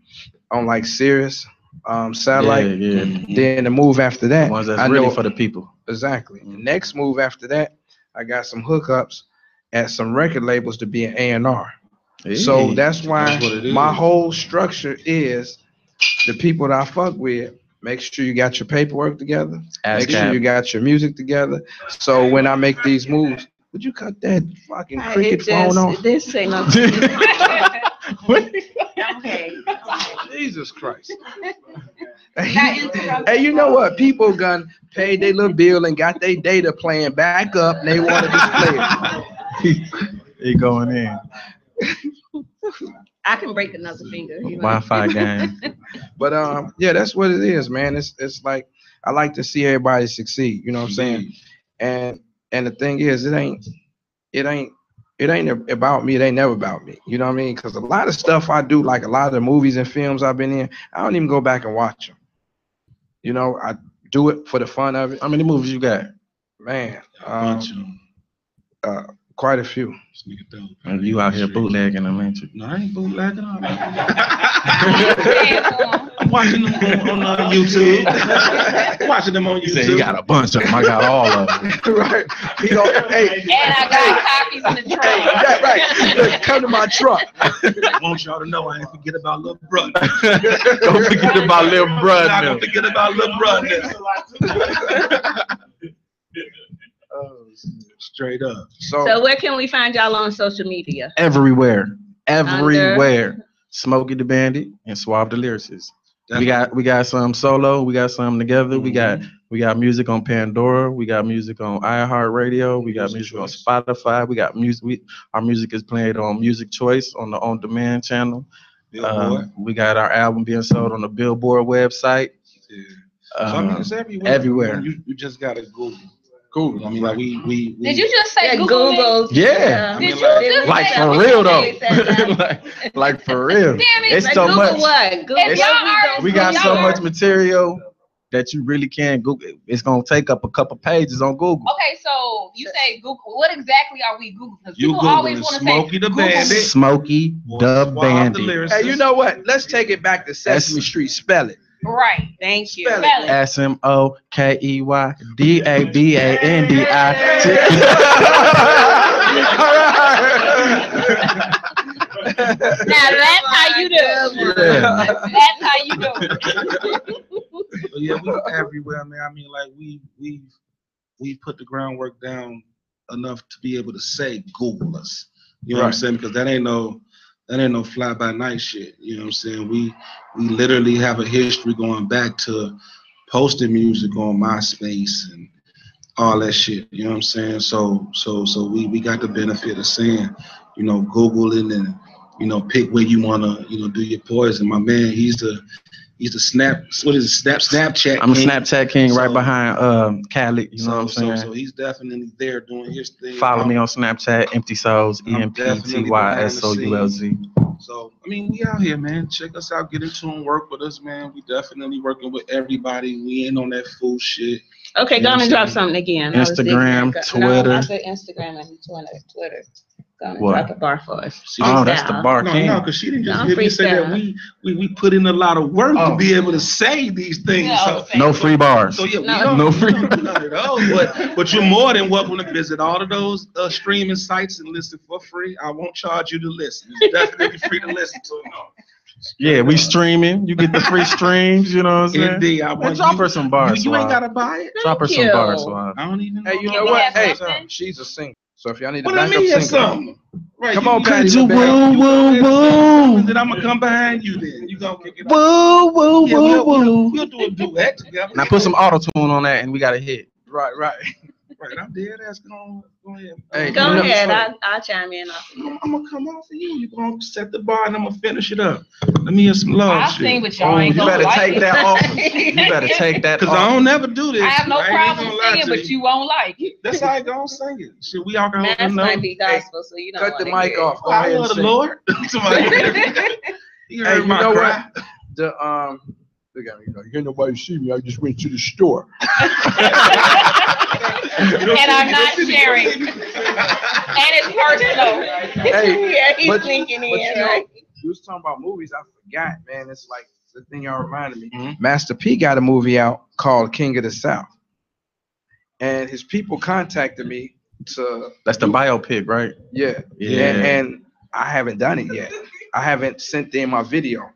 on like Sirius um satellite
yeah.
then the move after that
The ones that's
I
really
know-
for the Mm-hmm. people.
exactly the next move after that i got some hookups at some record labels to be an a&r so
Hey,
that's why
that's what it
my
is.
whole structure is the people that i fuck with make sure you got your paperwork together make sure
ASCAP.
you got your music together so when i make these moves would you cut that fucking
Right,
cricket
it
phone
just-
off
This ain't no.
jesus christ Hey, you know what? People gun paid their little bill and got their data plan back up. And they want to display it.
They going in.
I can break another finger. you know.
Wi-Fi game.
But um, yeah, that's what it is, man. It's it's like I like to see everybody succeed. You know what I'm saying? And and the thing is, it ain't it ain't it ain't about me. It ain't never about me. You know what I mean? Because a lot of stuff I do, like a lot of the movies and films I've been in, I don't even go back and watch them. You know, I do it for the fun of it.
How many movies you got?
Man, um, uh, quite a few.
Or You out here bootlegging them, ain't you?
No, I ain't bootlegging. I'm I'm watching them on, on uh, YouTube. watching them on
He
YouTube.
said he got a bunch of them. I got all of them.
right. He gonna, hey,
And I got copies in the truck.
yeah, right. Look, come to my truck.
want y'all to know I ain't forget about little brother.
Don't forget about little
I
brother.
don't forget about little brother. Oh, Straight up.
So where can we find y'all on social media?
everywhere, everywhere. Smokey the Bandit and Swab the Lyricist. We got we got some solo, we got some together. We
Mm-hmm.
got we got music on Pandora, we got music on iHeartRadio, we got music on Spotify, we got music. We, our music is played on Music Choice on the On Demand channel.
Billboard.
Um, we got our album being sold on the Billboard website.
So, I mean,
Uh,
it's everywhere.
everywhere.
You, you just gotta Google. Google. I mean, like we we. we
Did you just say
Yeah,
Google?
Google.
it?
yeah,
I
Did
mean,
you
like,
just
like
say
for
that?
real
You
though,
said that.
like, like for real.
Damn it.
It's
like
so
Google
much.
What? Google.
If y'all are-
we got so much material that you really can't Google. It's gonna take up a couple pages on Google.
Okay, so you say Google. What exactly are we Googling? 'Cause
You
people always
Googling
want to say
Smokey the
Google
Bandit.
Smokey the
Swab the
Bandit.
lyricist.
Hey, you know what? Let's take it back to Sesame Street. Spell it.
Right.
Thank you.
Spell
Spell it.
S M O K E Y D A B A N D I T.
Now that's how you do. it.
Yeah.
That's how you do. it.
But yeah, we everywhere, man. I mean, like we we we put the groundwork down enough to be able to say Google us. You know what I'm
Right.
saying? Because that ain't no that ain't no fly by night shit. You know what I'm saying? We we literally have a history going back to posting music on MySpace and all that shit. You know what I'm saying? So so so we we got the benefit of saying, you know, Googling and you know, pick where you wanna, you know, do your poison. My man, he's the he's the snap what is it, snap Snapchat.
I'm a
king.
Snapchat king right
So-
behind um Khaled. You know
so,
what I'm
so,
saying?
so he's definitely there doing his thing.
Follow me on Snapchat, Empty Souls, E
I'm
M P T Y S O U L Z.
So I mean, we out here, man. Check us out. Get into and work with us, man. We definitely working with everybody. We ain't on that fool shit.
Okay, go on and drop something again. I was
Instagram,
ignorant.
Twitter.
No, I said Instagram and Twitter. Twitter. Go and
What?
drop a bar for us.
Oh, that's the
Freestyle.
bar
No,
king.
no, because she didn't just
No,
hear me say that.
freestyle.
We, we we put in a lot of work to be able to say these things.
No,
so-
Oh. No free bars.
So yeah, we
No.
don't,
No
we
free-
don't do none of those. But but you're more than welcome to visit all of those uh, streaming sites and listen for free. I won't charge you to listen. It's definitely free to listen to. No.
Yeah, we streaming. You get the free streams. You know what I'm saying?
Indeed, Uh, I
Man,
want
drop
you-
her some bars.
you- you ain't
Swag.
gotta buy it.
Drop her
Thank
some bars.
you.
Swag.
I don't even.
Hey, you know
Can we
what?
have
Hey,
something?
she's a singer. So if y'all need a
Well, let
backup
me hear
singer,
something. Right,
come
you-
on,
you
Patty.
got you
the backup.
woo,
You
woo,
got
woo. Then I'm gonna come behind you. Then you gonna kick it.
Woo, woo,
Yeah,
woo,
we'll, we'll,
woo.
we'll do a duet together.
And I put some auto tune on that, and we got a hit.
Right, right.
Right, I'm dead ass gonna go ahead.
Hey,
Go
you know-
ahead. I, I'll chime in.
I'm, I'm gonna come off of you. You gonna set the bar and I'm gonna finish it up. Let me hear some love.
I've
shit.
seen what y'all Oh, ain't you gonna better like take it. that off. You better take that
Cause
off.
I don't never do this.
I have no
ain't
problem
gonna lie
singing,
to
but you won't like it.
That's how I go sing it. Shit, we all gonna
Mass
know.
might be gospel, so you don't
Cut the
wanna
mic
hear it.
off. Go
I
ahead
love
and
the
sing.
Lord. Somebody You
hey,
heard
you
my
know
cry.
what? The um, look at me. You know, you nobody see me. I just went to the store.
And I'm not sharing. And
it's personal.
Hey,
yeah, he's
but-
linking
but
in,
you know,
right?
You was talking about movies. I forgot, man. It's like the thing y'all reminded me.
Mm-hmm.
Master P got a movie out called King of the South, and his people contacted me to
That's the biopic, right?
yeah
Yeah.
and, and I haven't done it yet. I haven't sent in my video.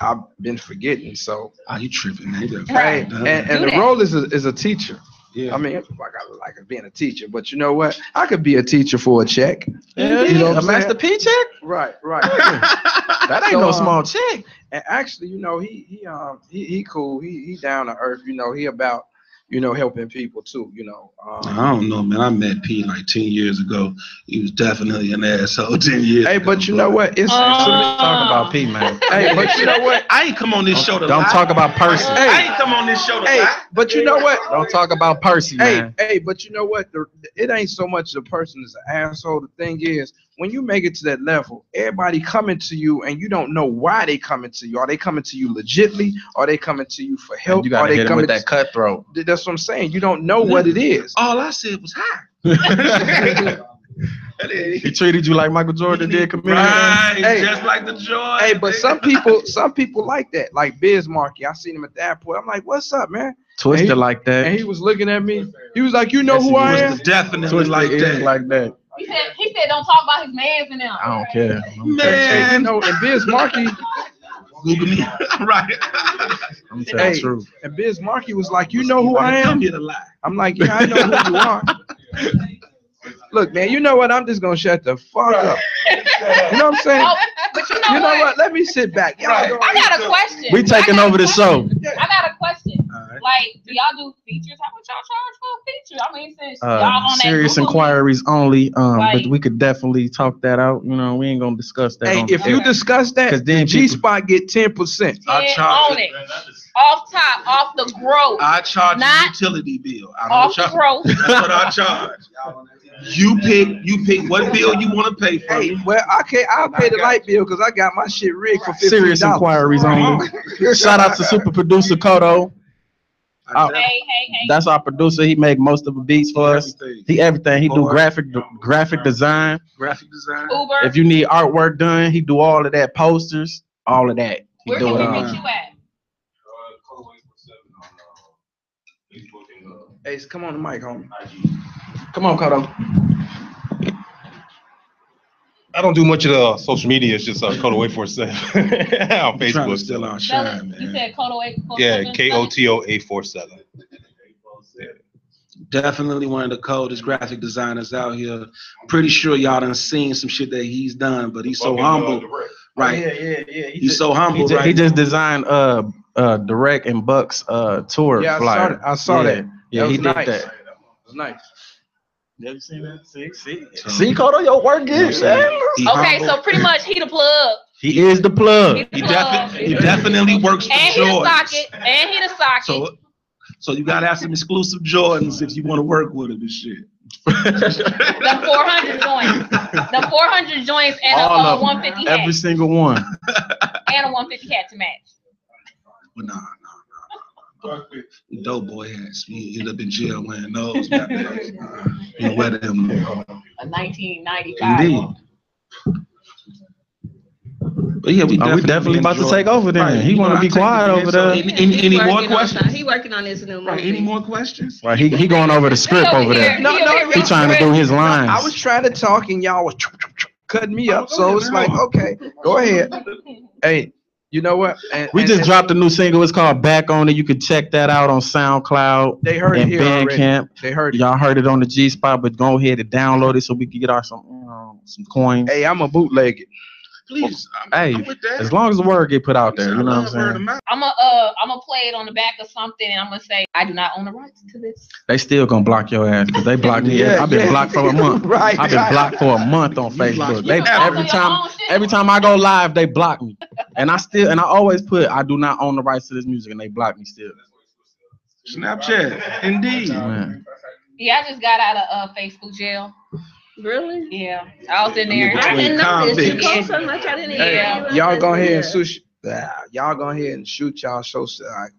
I've been forgetting. So
Ah,
are you tripping?
Right.
Done.
And, and
Do
the
that.
role is a, is a teacher.
Yeah.
I mean, it's like I like being a teacher, but you know what? I could be a teacher for a check.
Yeah,
You know what
a
I'm saying?
Master P check?
Right, right.
That ain't
So,
no
um,
small check.
And actually, you know, he he um he, he cool. He he down to earth. You know, he about you know helping people too. You know. Um,
I don't know, man. I met P like ten years ago. He was definitely an asshole ten years.
Hey, but you know what? It's
Talk about P, man.
Oh.
Hey, but you know what?
I ain't come on this show to
Don't
lie.
talk about Percy.
I ain't come on this show to
Hey,
lie.
but you know what?
Don't talk about Percy,
Hey,
man.
hey, but you know what? The, it ain't so much the person is an asshole. The thing is, when you make it to that level, everybody coming to you, and you don't know why they coming to you. Are they coming to you legitly? Are they coming to you for help?
You
Are
gotta
they
hit him
coming?
with that cutthroat.
to- that's what I'm saying. You don't know what it is.
All I said was hi.
He treated you like Michael Jordan did comedian.
Right,
Hey.
just like the joy.
Hey, but some people, some people like that. Like Biz Markie, I seen him at the airport. I'm like, "What's up, man?"
Twisted
Hey.
like that.
And he was looking at me. He was like, "You know
Yes,
who
he
I am?"
was.
definitely
Twisted
like
is
that.
like that.
He said, he said, don't talk about his mans and them.
I don't care. I'm
Hey, you
man,
know, and Biz Markie,
Google me. right.
I'm telling
hey,
the truth.
and Biz Markie was like, "You know who I am?"
Come here to lie.
I'm like, yeah, I know who you are. Look, man, you know what? I'm just gonna shut the fuck up. You know what I'm saying?
Oh, but you know,
You know
what?
what? Let me sit back. Y'all
Right.
go
I
ahead.
got a question.
We taking
I got a
over the show.
question. I got a question.
Alright.
Like, do y'all do features? How much y'all charge for a feature? I mean, since y'all
Uh,
on that
serious
Google
inquiries only. Um,
Right.
but we could definitely talk that out. You know, we ain't gonna discuss that.
Hey,
on the
if you
air.
discuss
'Cause
that,
then
G
people-
Spot get ten percent.
I
list,
charge
on it, off top, off the growth,
I charge
Not-
the utility bill. I don't
off the
charge.
growth.
That's what I charge. You pick. You pick what bill you want to pay for.
Hey, well, I can't. I'll pay the light bill because I got my shit rigged for fifteen
serious
dollars.
inquiries only. Shout out to super producer Kodo. Uh,
I
hey, hey, hey.
That's our producer. He make most of the beats for us.
Everything.
He everything. He do
Boy.
graphic graphic design.
Graphic design.
Uber.
If you need artwork done, he do all of that. Posters, all of that. He
where
do
can
it
we
all.
meet you at?
Hey, come on the mic, homie. Come on, Kodo.
I don't do much of the social media. It's just uh, Code Away for Seven on
We're Trying to
Facebook.
still our
Spell
shine,
it. You
man.
said Koto eight. Koto
yeah,
seven,
K O T O A four seven.
Definitely one of the coldest graphic designers out here. Pretty sure y'all done seen some shit that he's done, but he's so
uh,
humble,
Oh,
right?
Yeah, yeah, yeah. He
He's
just-
so
He
humble,
just, he
right?
just designed uh uh Direct and Bucks uh tour
Yeah, I saw
flyer.
that. I saw
yeah.
that.
Yeah,
That
he
was
did
nice.
that.
It's nice.
Never seen that. See, see,
So-
see, Kodo, your work is.
He
Okay,
humble.
so pretty much he the plug.
He is the plug.
He the
He
plug.
definitely, he definitely works for
and he the socket.
Jordans.
And he the socket.
So, so you gotta have some exclusive Jordans if you want to work with him and shit.
the 400 joints. The 400 joints and a
All
uh,
of 'em.
150 hat.
Every single one.
and a 150 hat to match.
But nah, nah, nah, nah, nah. Dope boy hats. You end up in jail wearing those. goddamn. Nah, You wear them.
A 1995.
Indeed. But yeah, we
Oh,
definitely,
we definitely about to
enjoy-
take over then. He
you
wanna
know,
be
I take the
quiet over
best of-
there.
Any, any, any
He's
more
working on
questions?
something. He working on his new movie.
any more questions?
Right, he, he going over the script over there.
No, no,
He trying to do his
no,
lines.
I was trying to talk and y'all was cutting me up, so it's like, okay, go ahead. Hey, you know what? And-
We
and-
just
and-
dropped a new single. It's called Back On It. You can check that out on SoundCloud.
They heard it
and
here already.
Bandcamp.
They heard it.
Y'all heard it on the G Spot, but go ahead and download it so we can get our some um, some coins.
Hey, I'm a bootleg it.
Please.
Hey, as long as the word get put out there, you know what I'm saying?
I'm a uh, I'm gonna play it on the back of something, and I'm gonna say I do not own the rights to this.
They still gonna block your ass because they blocked me.
Yeah,
I've been
yeah.
blocked for a month.
Right,
I've been
right.
blocked for a month on Facebook.
blocked
They
me. Yeah.
every
Your
time every time I go live, they block me. And I still and I always put I do not own the rights to this music, and they block me still.
Snapchat, indeed.
Man.
Yeah, I just got out of uh, Facebook jail.
Really?
Yeah, I was in
I'm in
there.
I didn't know this. You convicts. post
so much, I didn't
Hey,
Yeah.
y'all go ahead and shoot. ah, Y'all go ahead and shoot y'all so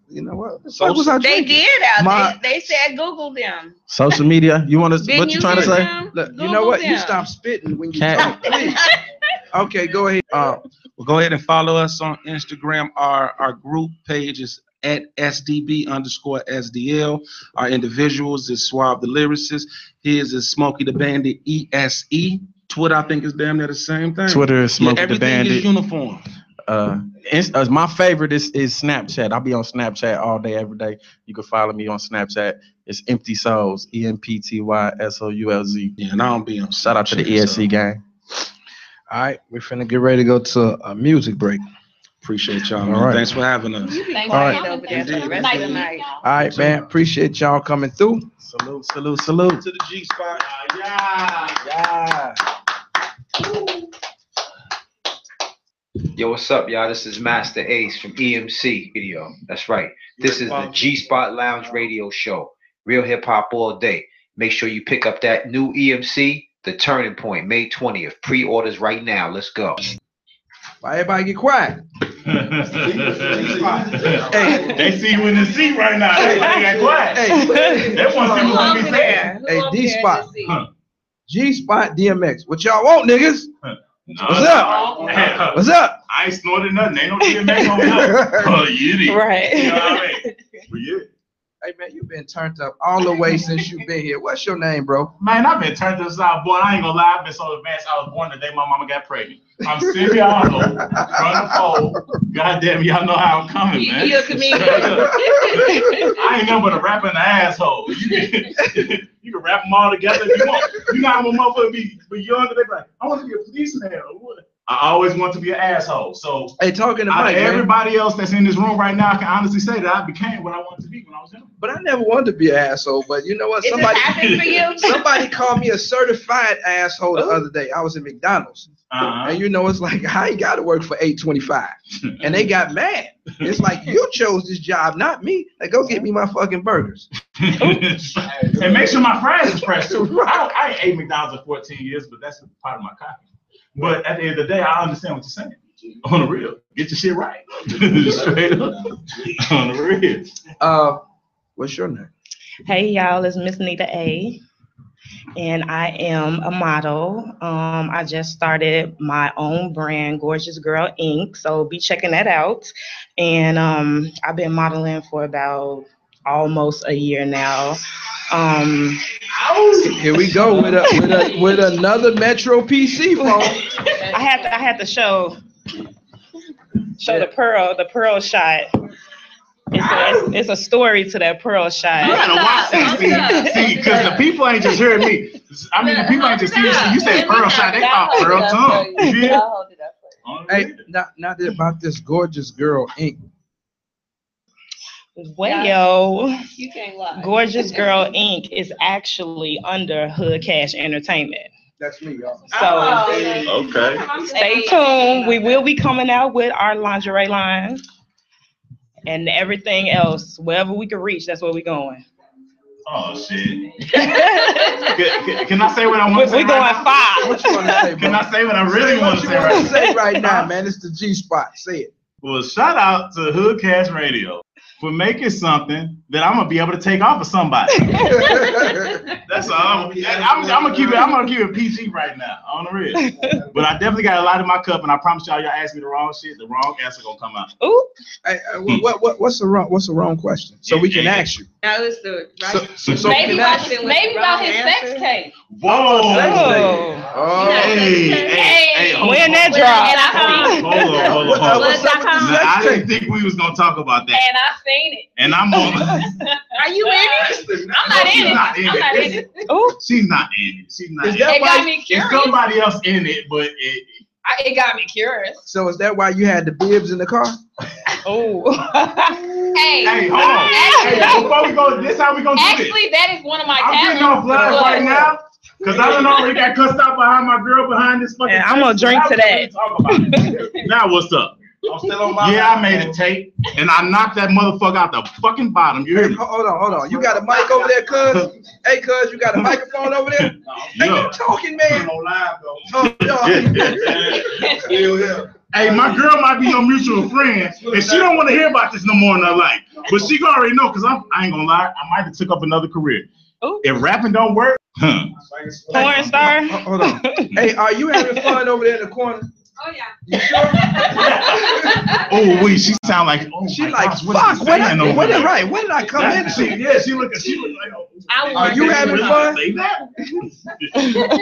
you know what? So was I
They
drinking?
did out.
My-
they, they said Google them.
Social media, you want to?
Big
What you trying to
music
say?
now?
Look, you know
Google
what? You
them.
stop spitting when you
Cat.
talk, please. Okay, go ahead. Uh,
Well, go ahead and follow us on Instagram. Our our group page is at SDB underscore SDL. Our individuals is Swab the Lyricist. His is Smokey the Bandit ESE. Twitter, I think, is damn near the same thing.
Twitter is
Yeah,
Smokey the
Everything
Bandit.
is uniform.
uh, Inst- uh, my favorite is, is Snapchat. I'll be on Snapchat all day, every day. You can follow me on Snapchat. It's Empty Souls, E M P T Y S O U L Z.
Yeah, and I don't be on.
Shout out to the
Snapchat, so-
ESC gang.
all right, we're finna get ready to go to a music break.
Appreciate y'all,
All
man.
right.
Thanks for having us.
You be
Thank
quiet
quiet
you.
over there for the rest of the night.
Nice.
All right, man. Appreciate y'all coming through.
Salute, salute, salute.
To the G spot.
Yo, what's up, y'all? This is Master Ace from EMC Video. That's right. This is the G Spot Lounge Radio Show. Real hip hop all day. Make sure you pick up that new EMC, The Turning Point, May 20th. Pre orders right now. Let's go.
Why everybody get quiet?
They see you in the seat right now. They got quiet.
Hey.
They want to see
Who
what we
over
saying.
there? Who
Hey,
over
D
there
Spot.
to see?
G Spot DMX. What y'all want, niggas? What's
up?
What's up?
I ain't snorting nothing. Ain't no DMX on nothing. Oh, you did.
Right.
You know what I mean? Well, yeah.
Hey man, you've been turned up all the way since you've been here. What's your name, bro?
Man, I've been turned this out, boy. I ain't gonna lie. I've been so advanced. I was born the day my mama got pregnant. I'm Cindy Arlo, running pole. Goddamn, y'all know how I'm coming,
You,
man.
you a comedian.
I ain't nothing but a rapper and an asshole. You can, you can rap them all together if you want. You know how a motherfucker be, be younger, they be like, I want to be a policeman or what? I always want to be an asshole. So
Hey, talking to
out
Mike,
of
man.
everybody else that's in this room right now, I can honestly say that I became what I wanted to be when I was young.
But I never wanted to be an asshole. But you know what?
It just
Somebody
happened for you. Oh.
somebody called me a certified asshole the other day. I was in McDonald's.
Uh-huh.
And you know, it's like I ain't gotta work for 825. And they got mad. It's like you chose this job, not me. Like, go get me my fucking burgers.
and make sure my fries is fresh too. I, don't, I ain't ate McDonald's in 14 years, but that's part of my copy. But at the end of the day, I understand what you're saying. On the real, get your shit right. Straight up. On the real.
Uh what's your name?
Hey y'all, it's Miss Nita A. And I am a model. Um, I just started my own brand, Gorgeous Girl Inc. So be checking that out. And um, I've been modeling for about almost a year now. Um,
Here we go with a with a with another Metro PC phone.
I had to, I had to show show the pearl the pearl shot. It's a, it's- it's a story to that pearl
You
shot.
gotta watch that. See, see, because the people ain't just hearing me. I mean, the people ain't just hearing you. You said Pearl shot, they thought Pearl tongue. You feel? On the
Hey,
real.
now now that about this gorgeous girl Inc.
Well,
You can't lie.
Gorgeous Girl Inc. is actually under Hood Cash Entertainment.
That's me, y'all.
So
Oh,
Okay.
stay tuned. We will be coming out with our lingerie line and everything else. Wherever we can reach, that's where we're going.
Oh shit.
we're
Can, can- can I say what I want to say?
going
right now?
far.
What you wanna say,
Can
bro?
I say what I
Say
really
what
want to
you
say right now?
wanna say right now, man. It's the G spot. Say it.
Well, shout out to Hoodcast Radio for making something that I'm gonna be able to take off of somebody. That's That's all. I'm, I'm, I'm gonna keep it. I'm gonna keep it PC right now on the real. But I definitely got a lot in my cup, and I promise y'all, y'all ask me the wrong shit, the wrong answer gonna come out.
Ooh.
Hey, uh, wha- what, what, what's the wrong, what's the wrong question? So we can ask you.
That was the
So- so- so
maybe
can
about,
I-
maybe about his sex tape.
Oh.
uh,
Hey, hey,
Hey, hold
When
on,
that
hold
drop.
on, Hold on, hold on,
What-
hold on.
what's up with the
Now, I
sex
didn't think we was gonna talk about that,
And I've seen it.
and I'm on.
Are you in
it?
I'm not in it.
Not in
I'm not in
it.
it.
She's not in it. She's not.
Is
in
that
it.
It got why- me
It's
curious.
somebody else in it, but it.
I, it got me curious.
So is that why you had the bibs in the car?
Oh.
Hey.
Hey, hold on. Hey, before we go, this how we gonna do this.
Actually, that is one of my
I'm getting
talents.
off live
Look.
right now. Cause I done already got cussed out behind my girl behind this fucking.
Yeah, I'm gonna
desk.
drink
Now
to that.
what we talk about? Now what's up? Yeah, I made a tape and I knocked that motherfucker out the fucking bottom. You hear me?
Hold on, hold on. You got a mic over there, cuz? Hey, cuz, you got a microphone over there? Hey, you
Yeah.
talking, man? Oh,
Hey, my girl might be your mutual friend, and she don't want to hear about this no more in her life. But she gonna already know, cause I'm, I ain't gonna lie, I might have took up another career.
Ooh.
If rapping don't work, huh?
Porn star.
Hold on. Hey, are you having fun over there in the corner?
Oh, we. She sound like. Oh
She
my
like,
gosh, what is
fuck,
she
what,
saying
I-
over
what
there?
did, right, what did I come
That- she-
into?
yeah, she look. She look like. Oh,
Are you having
really
fun?
Say that?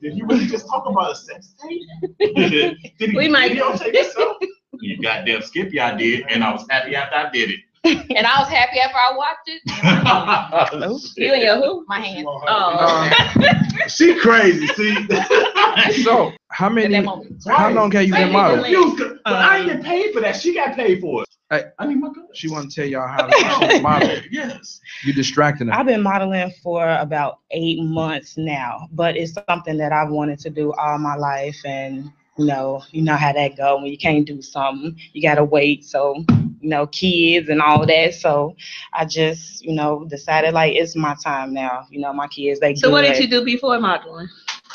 Did you really just talk about a sex tape? Did you
We might-
videotape yourself? You goddamn Skippy, I did, and I was happy after I did it.
And I was happy after I watched it.
You and your who?
My hand.
Oh.
Uh, she crazy. See,
So, how many, how long have you
They
been
be
modeling?
confused, 'cause- But I ain't get paid for that. She got paid for it.
Hey,
I mean, my God.
She wanna tell y'all how to model.
Yes.
You distracting her.
I've been modeling for about eight months now, but it's something that I've wanted to do all my life. And you know, you know how that go. When you can't do something, you gotta wait. So, you know, kids and all that. So, I just, you know, decided like it's my time now. You know, my kids they.
So what
good.
did you do before modeling?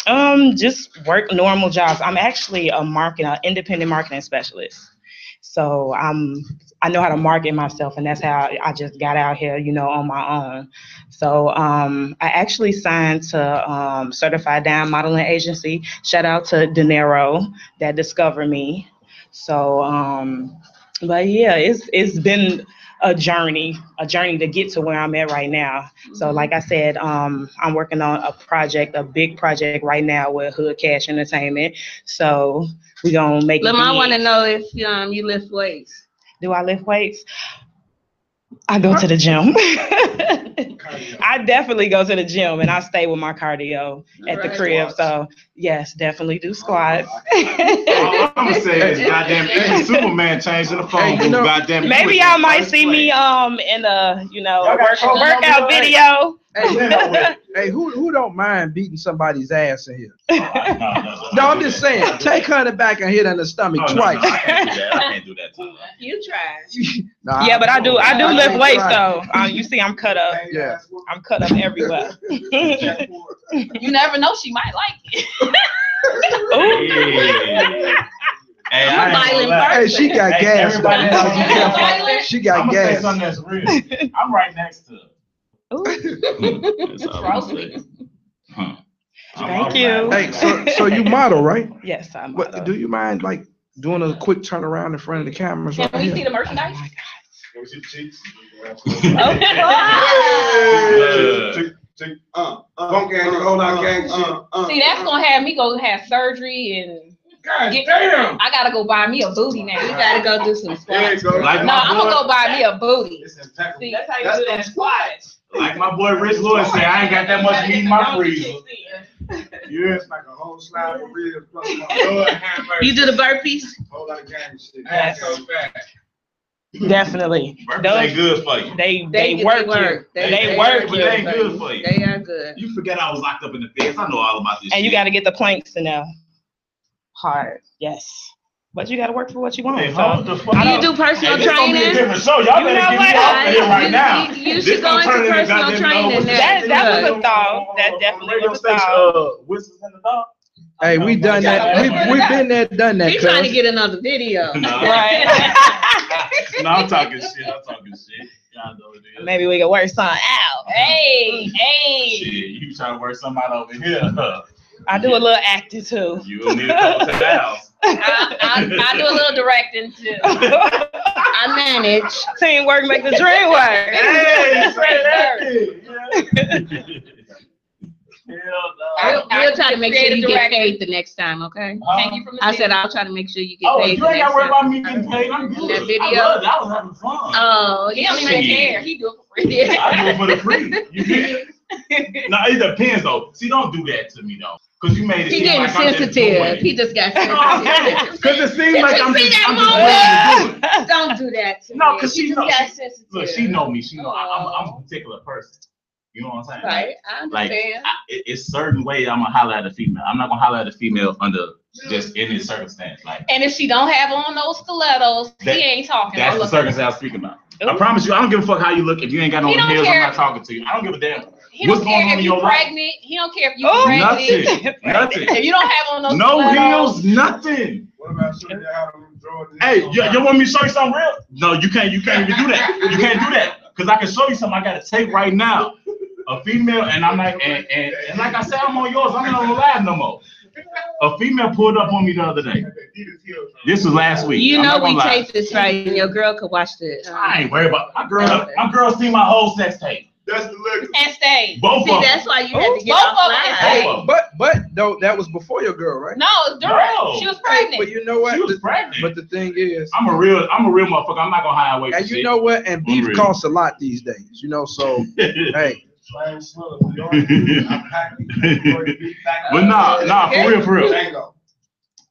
Um, just work normal jobs. I'm actually a marketing, an independent marketing specialist. So I'm, I know how to market myself, and that's how I just got out here, you know, on my own. So um, I actually signed to um, Certified Dime Modeling Agency. Shout out to De Niro that discovered me. So, um, but yeah, it's it's been a journey, a journey to get to where I'm at right now. So like I said, um, I'm working on a project, a big project right now with Hood Cash Entertainment. So we gonna make. it
Lamar
big.
want to know if um you lift weights.
Do I lift weights? I go to the gym. I definitely go to the gym and I stay with my cardio at the
Right.
crib. So yes, definitely do squats.
All I'm gonna say is, goddamn, hey, Superman changed the phone.
Hey, you
booth,
know-
goddamn. you
Maybe
was
y'all
in
might
first
see
place.
me um in a you know
Y'all
a
got
work-
your number,
workout
right?
video.
Hey, hey, who, who don't mind beating somebody's ass in here? No, I'm just saying, take her in the back and hit her in the stomach
Oh, no, no, I
twice.
can't do that. I can't do that. to her.
You tried.
Nah,
Yeah, but I do I do
I
lift
can't
weights
try.
though. Uh, you see, I'm cut up.
Yeah.
I'm cut up everywhere.
You never know, she might like it.
Hey, Hey,
You
I ain't gonna
violent
lie.
Hey, she got
Hey,
gas, though.
everybody
You gotta
knows I'm violent. I'm
be careful. She got gas.
gonna say something that's real. I'm right next to her. That's all I'm gonna say. Huh. I'm
Thank
all
you.
right.
Hey, so, so you model, right?
Yes, I'm.
What, do you mind like doing a quick turnaround in front of the cameras
Can
right
we see
here?
the merchandise?
Oh,
Punk gang, hold on,
Uh,
gang.
See, that's gonna have me go have surgery and.
God
get-
damn.
I gotta go buy me a booty now.
You gotta go do some squats.
No,
Like my
I'm gonna
boy-
go buy me a booty.
See, that's how you
That's
do that squat.
Like my boy Rich Lewis said, I ain't got that much meat in my freezer. Yeah.
Like a whole slide of ribs plus my
You do the burpees.
Whole lot of gang shit.
Yes.
So fat.
Definitely.
Burpees ain't
Those,
good for you.
they,
They-
they,
they
work, you.
work.
They,
They- they
work
but
you.
They ain't good for you.
They are good.
You forget I was locked up in the feds. I know all about this.
And you
shit.
got to get the planks in there. Hard. Yes. But you got to work for what you want.
Hey,
so.
hold the fuck
I
up.
You do personal
Hey, this gonna be a
training.
different show. Y'all
You know
better
what?
get me off of here
You-
right now.
you- you
This
should go
gonna turn
into
into
personal
goddamn
training
Elvis
now.
That,
Presley.
that was
good.
a thought. That definitely
radio
was a
station,
thought.
uh, Whistles in the Dark.
Hey, we done that. We we been there, done that.
He's trying to
cuz.
get another video.
Nah.
Right.
No, I'm talking shit. I'm talking shit. Y'all know what it is.
Maybe we can work something out.
Hey, hey. Shit, you trying to work somebody over here? huh?
I do a little acting too.
You will need a couple of hours.
I, I do a little directing too.
I manage.
Teamwork make the dream work.
Hey, you say that.
We'll,
I-
we'll try to make sure
creative
you get
director.
paid the next time, okay?
Thank you for
I said
listening.
I'll try to make sure you get
Uh-huh. Oh,
paid
you ain't
the next
gotta worry
time.
about me getting paid. I'm good.
That video.
I loved it. I was having fun.
Oh,
He don't even
Shit.
care. He do it for free.
I do it for the free. You get it? No, it depends though. See, don't do that to me though, because you made it
He
seem
getting
like I'm just
sensitive.
doing
He just got
Oh,
sensitive.
Because it seems
Did
like
you
I'm
see
just,
that
I'm just
moment?
wanting to do it.
Don't do that to me.
No, 'cause she
just
know-
got sensitive.
Look, she know me. She know I, I'm, I'm a particular person. You know what I'm saying?
Right, I
Like,
understand.
I, it, it's certain way I'm gonna holler at a female. I'm not gonna holler at a female under just any circumstance. Like
And if she don't have on those stilettos,
That-
he ain't talking.
that's the circumstance I'm speaking about. I promise you, I don't give a fuck how you look. If you ain't got no
He don't
heels, I'm
care.
not talking to you. I don't give a damn.
He
What's
don't
going
care
on
if
in
you
your life?
pregnant. He don't care if you
Oh,
pregnant.
nothing, nothing.
If you don't have on those
No
stilettos,
heels, nothing. Hey, you, you want me to show you something real? No, you can't. You can't even do that. You can't do that because I can show you something I got to take right now. A female, and I'm like, and, and, and like I said, I'm on yours. I'm not on live no more. A female pulled up on me the other day. This was last week.
You
I'm
know
not gonna
we
lie.
taped this right, and your girl could watch um, this.
I ain't worried about my girl. My girl seen my whole sex tape. That's the liquor.
and stay.
Both of
See,
them.
that's why you had to get
Both of them.
offline.
Hey, but but though that was before your girl, right?
No, it's during.
No.
She was pregnant.
But you know what?
She was pregnant.
But the thing is,
I'm a real, I'm a real motherfucker. I'm not gonna hide away. from
and you
shit.
know what? And beef
real.
costs a lot these days, you know. So hey,
But nah, nah, for real, for real.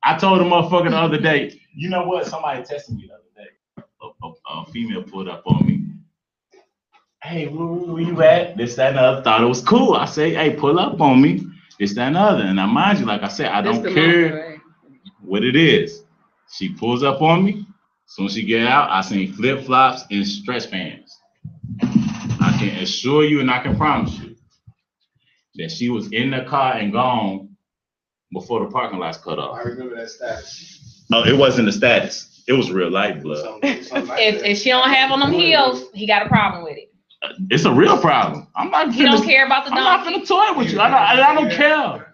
I told a motherfucker the other day, you know what? Somebody texted me the other day. A, a- a female pulled up on me. Hey, where, where where you at? This, that, and the other. Thought it was cool. I say, hey, pull up on me. This, that, and the other. And I mind you, like I said, I
This
don't
the
care
moment, right?
what it is. She pulls up on me. Soon as she get out, I seen flip flops and stretch pants. I can assure you, and I can promise you, that she was in the car and gone before the parking lots cut off.
remember that status.
No, it wasn't the status. It was real life blood.
If, if she don't have on them heels, he got a problem with it.
It's a real problem. I'm not.
He don't
finna-
care about the
I'm not
donkey.
finna toy with you. I don't, I don't care.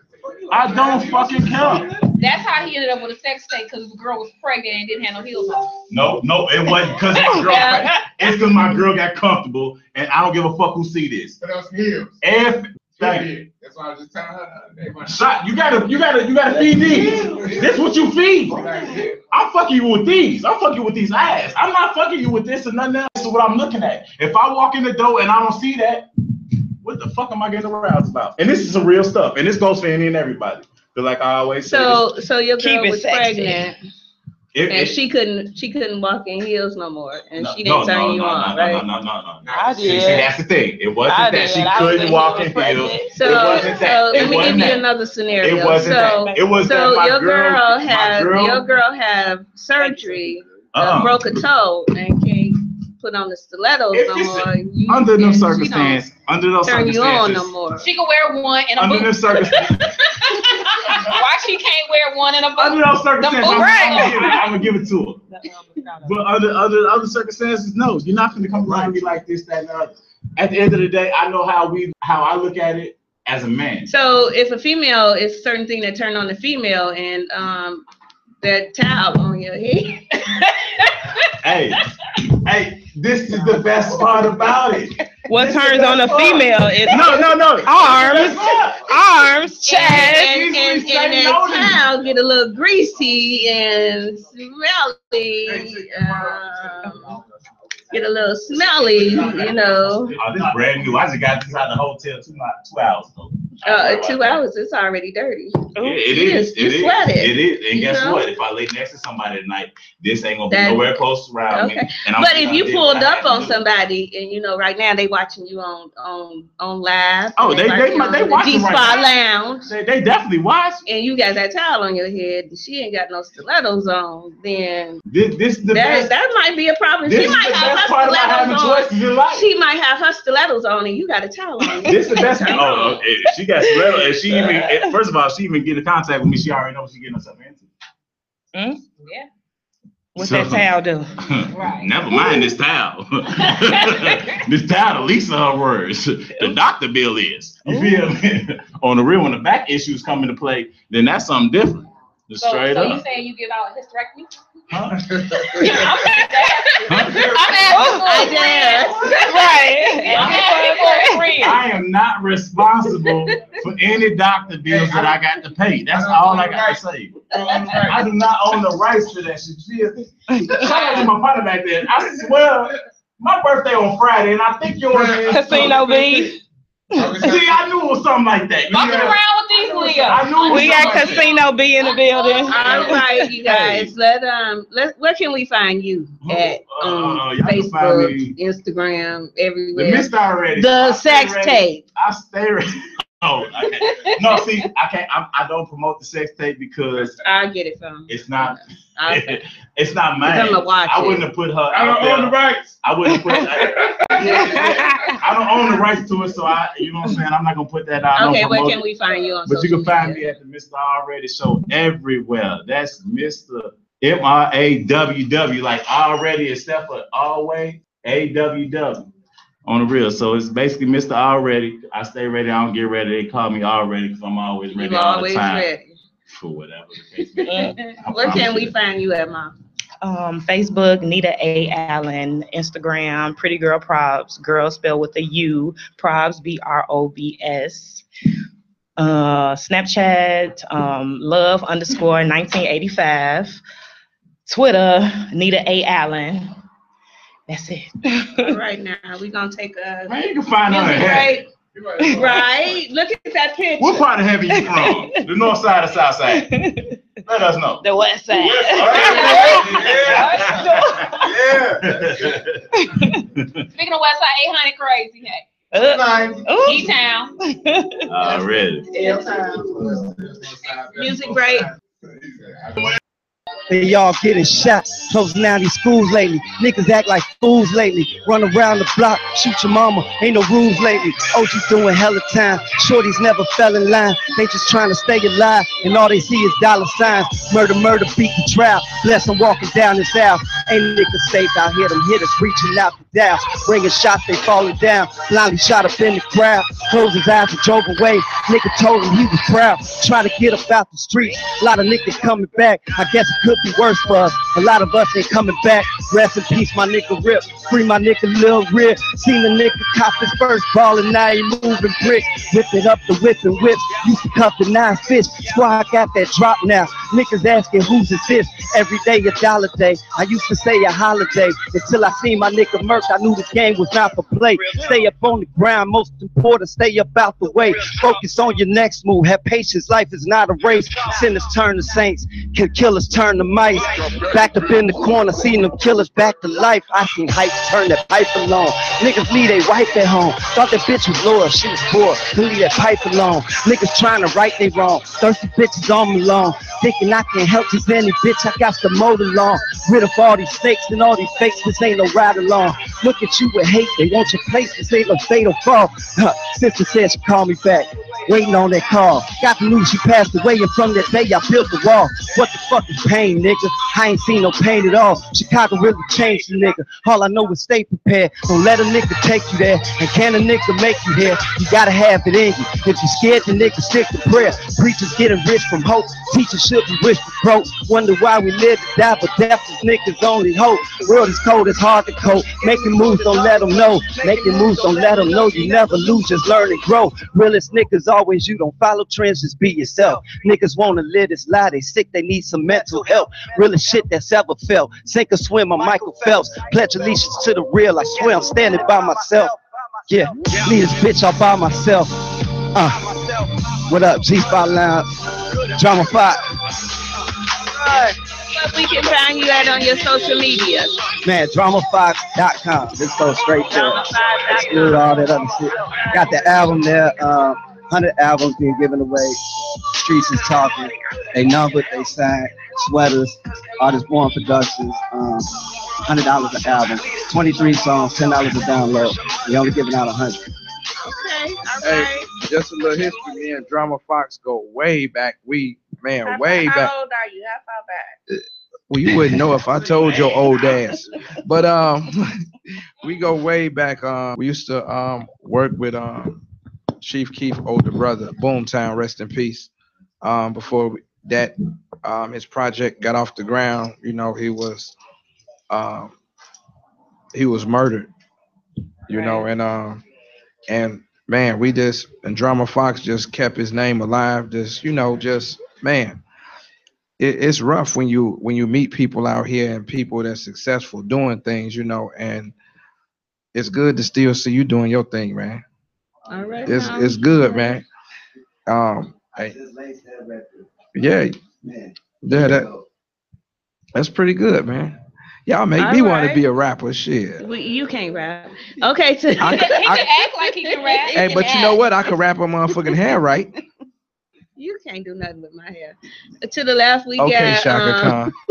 I don't fucking care.
That's how he ended up with a sex tape because the girl was pregnant and didn't have no heels on.
No, no, it wasn't because my girl. It's because my girl got comfortable, and I don't give a fuck who see this.
But that's heels.
F
Period. That's why I was just telling her the other day.
Shot, you gotta, you gotta, you gotta feed these. This what you feed. I'm fucking you with these. I'm fucking you with these ass. I'm not fucking you with this and nothing else. This is what I'm looking at. If I walk in the door and I don't see that, what the fuck am I getting aroused about? And this is some real stuff. And this goes for any and everybody. But like I always say,
So, so your
Keep
girl
it
was
sexy.
pregnant,
it-
and
it-
she couldn't, she couldn't walk in heels no more, and
no,
she
no,
didn't turn
no,
you
no,
on,
no, no,
right?
no, no, no, no.
I
See, see, that's the thing. It
I
wasn't that she
did. I was
couldn't
thinking
walk
it
in
was
heels.
So,
it wasn't that.
so
It
let me
wasn't
give you
that.
another scenario.
It wasn't
so,
that. It was that
so
my
your
girl-
girl,
my
had
girl-
your girl have surgery, uh,
Uh-uh.
broke a toe, and can't put on the stilettos
If
no
it's-
more. You
Under
then
them
she don't
circumstances, under those
turn
circumstances,
you on no more.
She could wear one and a
under
boot.
them circumstances.
Why she can't wear one and a boot?
Under those
Them
circumstances,
boots
I'm, I'm, gonna give it,
right.
I'm gonna give it to her. But under other other circumstances, no, you're not gonna come around me like this, that, and the other. At the end of the day, I know how we how I look at it as a man.
So if a female is certain thing that turn on the female and um that towel on your head.
Hey, hey, this is the best part about it.
What turns on a female is
No, no, no.
arms, arms, chest.
And, and, and that towel get a little greasy and smelly. um, Get a little smelly, you know.
Oh, this brand new. I just got this out of the hotel two, two hours ago.
Uh, two hours, it's already dirty.
Yeah, it is.
Oh, You
It is.
sweat it.
It is. And
you
guess
know?
what? If I lay next to somebody tonight, this ain't gonna be
That-
nowhere close around me.
Okay.
And I'm
But if
gonna
you
do
pulled
what I
up
had to
on
do.
somebody and you know, right now they watching you on, on, on live.
Oh, they- they-
on
they
the
watching right
G-Spot
now.
Lounge.
They, they definitely watch.
and you got that towel on your head, and she ain't got no stilettos on, then
This, this
that,
the best.
that might be a problem.
this
She
is the
might have
best
her
part about having
stilettos
choices in
on.
life.
She might have her stilettos on, and you got a towel on.
This the best.
Turn
Oh,
on.
eh, she got Stiletto. If she even, if- first of all, if she even get in contact with me, she already knows she getting herself into.
Mm?
um,
Yeah. What's
So-
that towel do?
Never mind this towel. this towel, the least of her words. The doctor bill is. You feel me? On the real, when the back issues come into play, then that's something different. Just
So,
straight
so
up.
you saying you get all hysterectomy?
Oh, I am not responsible for any doctor bills that I got to pay. That's all I got to say. I do not own the rights to that shit. She- Shout out to my partner back there. I swear, my birthday on Friday, and I think yours is.
Casino B.
See, I knew it was something like that.
Fuck around with these
I knew it
Leos.
was
We got
something like that.
Casino B in the building.
All right, you guys. Let um, let where can we find you at? Um,
Oh, Uh, y'all can find
Facebook,
me.
Instagram,
The
everywhere.
missed already.
The
I stay
sex
ready.
tape.
I stay ready. Oh, okay. No, see, I can't. I, I don't promote the sex tape because
I get it from.
It's not.
Okay.
it's not mine.
Because I'ma watch
I
it.
wouldn't have put her.
I don't
out there.
own the
rights. I wouldn't put. I, I don't own the rights to it, so I. You know what I'm saying? I'm not gonna put that out. I don't
Okay, where
promote
can
it.
we find you on?
But you
social
can find
media?
me at the Mr. Already Show everywhere. That's Mr. M R A W W, like already, except for always A W W on the real. So it's basically Mr. Already. I stay ready. I don't get ready. They call me already because I'm always ready
You
all
always
the time.
ready.
For whatever.
Where can we find you at, Mom?
um, Facebook, Nita A. Allen, Instagram, Pretty Girl Probs, girl spelled with a U, Probs, B R O B S, uh, Snapchat, um, love underscore 1985, Twitter, Nita A. Allen. That's it.
All right now, we gonna take a.
you can find
music
her in
break. Right, look at that picture.
What part of heaven you from? The north side or south side? Let us know.
The west side.
Speaking of Westside 800 crazy, hey. E-Town.
Uh,
Already.
Music break.
Hey, y'all getting shot, closing down these schools lately. Niggas act like fools lately. Run around the block, shoot your mama, ain't no rules lately. OG doing hella time, shorties never fell in line. They just trying to stay alive, and all they see is dollar signs. Murder, murder, beat the trial. Bless 'em walking down this aisle. Ain't niggas safe out here, them hitters reaching out for down. Bringing shots, they falling down. Blindly shot up in the crowd, closed his eyes and drove away. Nigga told him he was proud, trying to get up out the streets. A lot of niggas coming back. I guess it could be worse for us. A lot of us ain't coming back. Rest in peace, my nigga Rip. Free my nigga Lil Rip. Seen a nigga cop his first ball and now he moving bricks. Whipping up the whip and whips. Used to cuff the nine fish. Squad got that drop now. Niggas asking who's is this? Every day a dollar day. I used to say a holiday until I seen my nigga Merc. I knew this game was not for play. Stay up on the ground. Most important, stay up out the way. Focus on your next move. Have patience. Life is not a race. Sinners turn to saints. Kill killers turn to mice. Backed up in the corner, seen them killers back to life. I seen hype turn that pipe alone. Niggas leave they wife at home. Thought that bitch was loyal, she was poor. Leave that pipe alone. Niggas trying to right they wrong. Thirsty bitches on me long. Thinking I can help this any bitch, I got the motor long. Rid of all these snakes and all these fakes, this ain't no ride along. Look at you with hate, they want your place, this ain't no fatal fall. Huh, Sister said she called me back. Waiting on that call. Got the news she passed away, and from that day I built the wall. What the fuck is pain, nigga? I ain't seen no pain at all. Chicago really changed the nigga. All I know is stay prepared. Don't let a nigga take you there. And can a nigga make you here? You gotta have it in you. If you scared the nigga, stick to prayer. Preachers getting rich from hope. Teachers should be rich from broke. Wonder why we live to die, but death is niggas only hope. The world is cold, it's hard to cope. Making moves, don't let them know. Making moves, don't let them know. You never lose, just learn and grow. Realest niggas always you. Don't follow trends, just be yourself. Niggas wanna live this lie. They sick, they need some mental help. Realest shit that's ever felt. Sink or swim, I'm Michael Phelps. Pledge allegiance to the real. I swear I'm standing by myself. Yeah, leave this bitch all by myself. Uh, what up, G Spot Lounge? Drama Five.
But we can find you at on your social media.
Man, dramafox.com. Just go straight there. Exclude all that other shit. Got the album there. Um, 100 albums being given away. Streets is talking. They numbered, they signed. Sweaters, Artist Born Productions. Um, $100 an album. 23 songs, $10 a download. We only giving out 100.
Hey, just a little history. Me me and Drama Fox go way back. We man,
How-
way
how
back.
old are you? How far back?
Well, you wouldn't know if I told your old ass. But um, we go way back. Um, we used to um work with um Chief Keith, older brother, Boomtown, rest in peace. Um, before we- that, um, his project got off the ground. You know, he was um he was murdered. You know, and um and man, we just and Drama Fox just kept his name alive. Just you know, just man it, it's rough when you when you meet people out here and people that's successful doing things, you know, and it's good to still see you doing your thing, man.
All right.
It's it's good, man. Um, I- yeah, yeah, that that's pretty good, man. Y'all make me want to
Alright.
be a rapper, shit.
We, you can't rap. Okay. So
I- He can- he I- can
act like he can rap.
Hey, but you know what? I could rap a motherfucking hair, right?
You can't do nothing with my hair. To the left, we
Okay,
got.
Shaka
um,
Khan.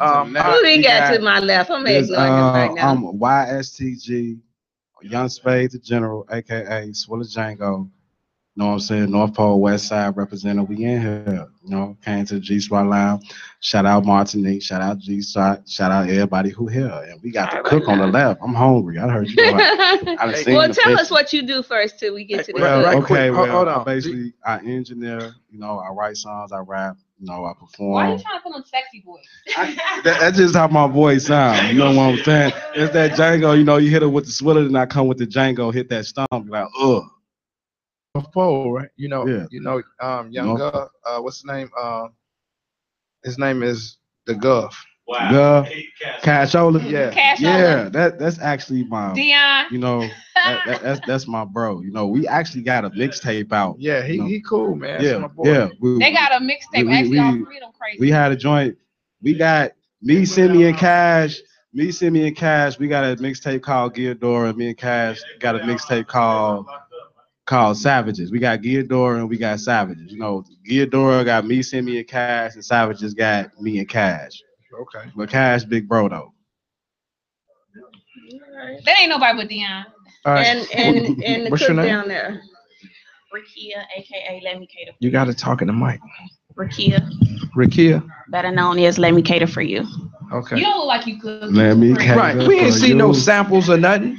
Um,
Who didn't got to my left? I'm
There's,
ignoring him right
uh,
now.
um,
I'm YSTG, Young Spade the General, aka Swilla Django. Know what I'm saying? North Pole, West Side representative. We in here. You know, came to G Spot Live. Shout out Martinique. Shout out G Spot. Shout out everybody who here. And we got the cook on the left. I'm hungry. I heard you. know I- I done seen
well,
the
tell
fish.
us what you do first till we get to the
Well,
hood.
okay, well,
hold on.
Basically, I engineer. You know, I write songs. I rap. You know, I perform.
Why are you trying to put on sexy voice?
That, that's just how my voice sounds. You know what I'm saying? It's that Django. You know, you hit it with the swiller, and I come with the Django, hit that stomp, be like, ugh.
Pole, right? You know,
Yeah.
you know, um, young
North-
Gov, uh, what's his name? Uh, his name is the Gov.
Wow. Cashola. Yeah.
Yeah. Cashola.
Yeah. That that's actually my.
Dion.
You know, that, that, that's that's my bro. You know, we actually got a mixtape out.
Yeah, he,
you know.
he cool, man. That's
Yeah,
my boy.
yeah. we-
They got a mixtape.
we-
Actually,
we-
all three of them crazy.
we had a joint. We got me, Simi, and Cash. Me, Simi, and Cash. We got a mixtape called Geodora. Me and Cash got a mixtape called called Savages. We got Geodora and we got Savages. You know, Geodora got me, Simi, and Cash, and Savages got me and Cash.
Okay.
But Cash, big bro though.
That ain't nobody but Dion.
All right.
And and and the
What's your
cook
name?
down there.
Rakia, aka Let Me Cater.
You got to talk in the mic.
Rakia,
Rakia.
better known as Let Me Cater for You.
Okay.
You don't look like you could.
Let me cater
Right. We ain't
for
seen no
you.
samples or nothing.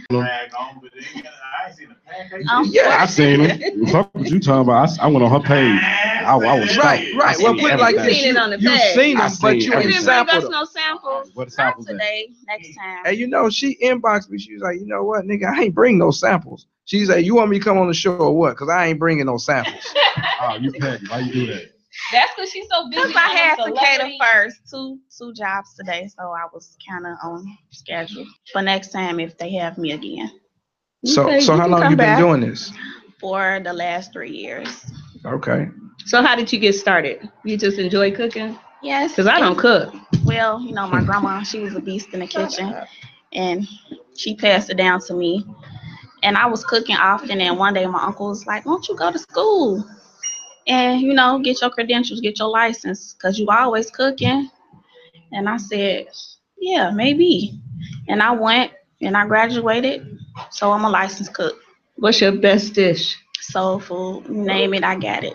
Yeah, I seen him. Fuck what you talking about? I s- I, went on her page. I, I was
Right,
stuck.
right.
I
Well,
seen
put it like
everything.
this. You- You seen
I
them, but
seen
you
everything.
ain't sampled them.
No samples.
What
Not
samples that?
today. Next time.
And you know, she inboxed me. She was like, you know what, nigga, I ain't bring no samples. She said, you want me to come on the show or what? Because I ain't bringing no samples.
oh, you petty. Why you do that?
That's because she's so busy.
Because I
on
had
the
to cater
celebrity.
first, two two jobs today, so I was kind of on schedule. But next time, if they have me again,
So,
Okay,
so
you
how
can
long
come
you been
back.
doing this?
for the last three years.
Okay.
So how did you get started? You just enjoy cooking?
Yes.
Cause I don't cook.
Well, you know, my grandma, she was a beast in the kitchen, and she passed it down to me. And I was cooking often, and one day my uncle was like, "Won't you go to school, and you know, get your credentials, get your license, cause you always cooking." And I said, "Yeah, maybe." And I went, and I graduated, so I'm a licensed cook.
What's your best dish?
Soul food, you name it, I got it.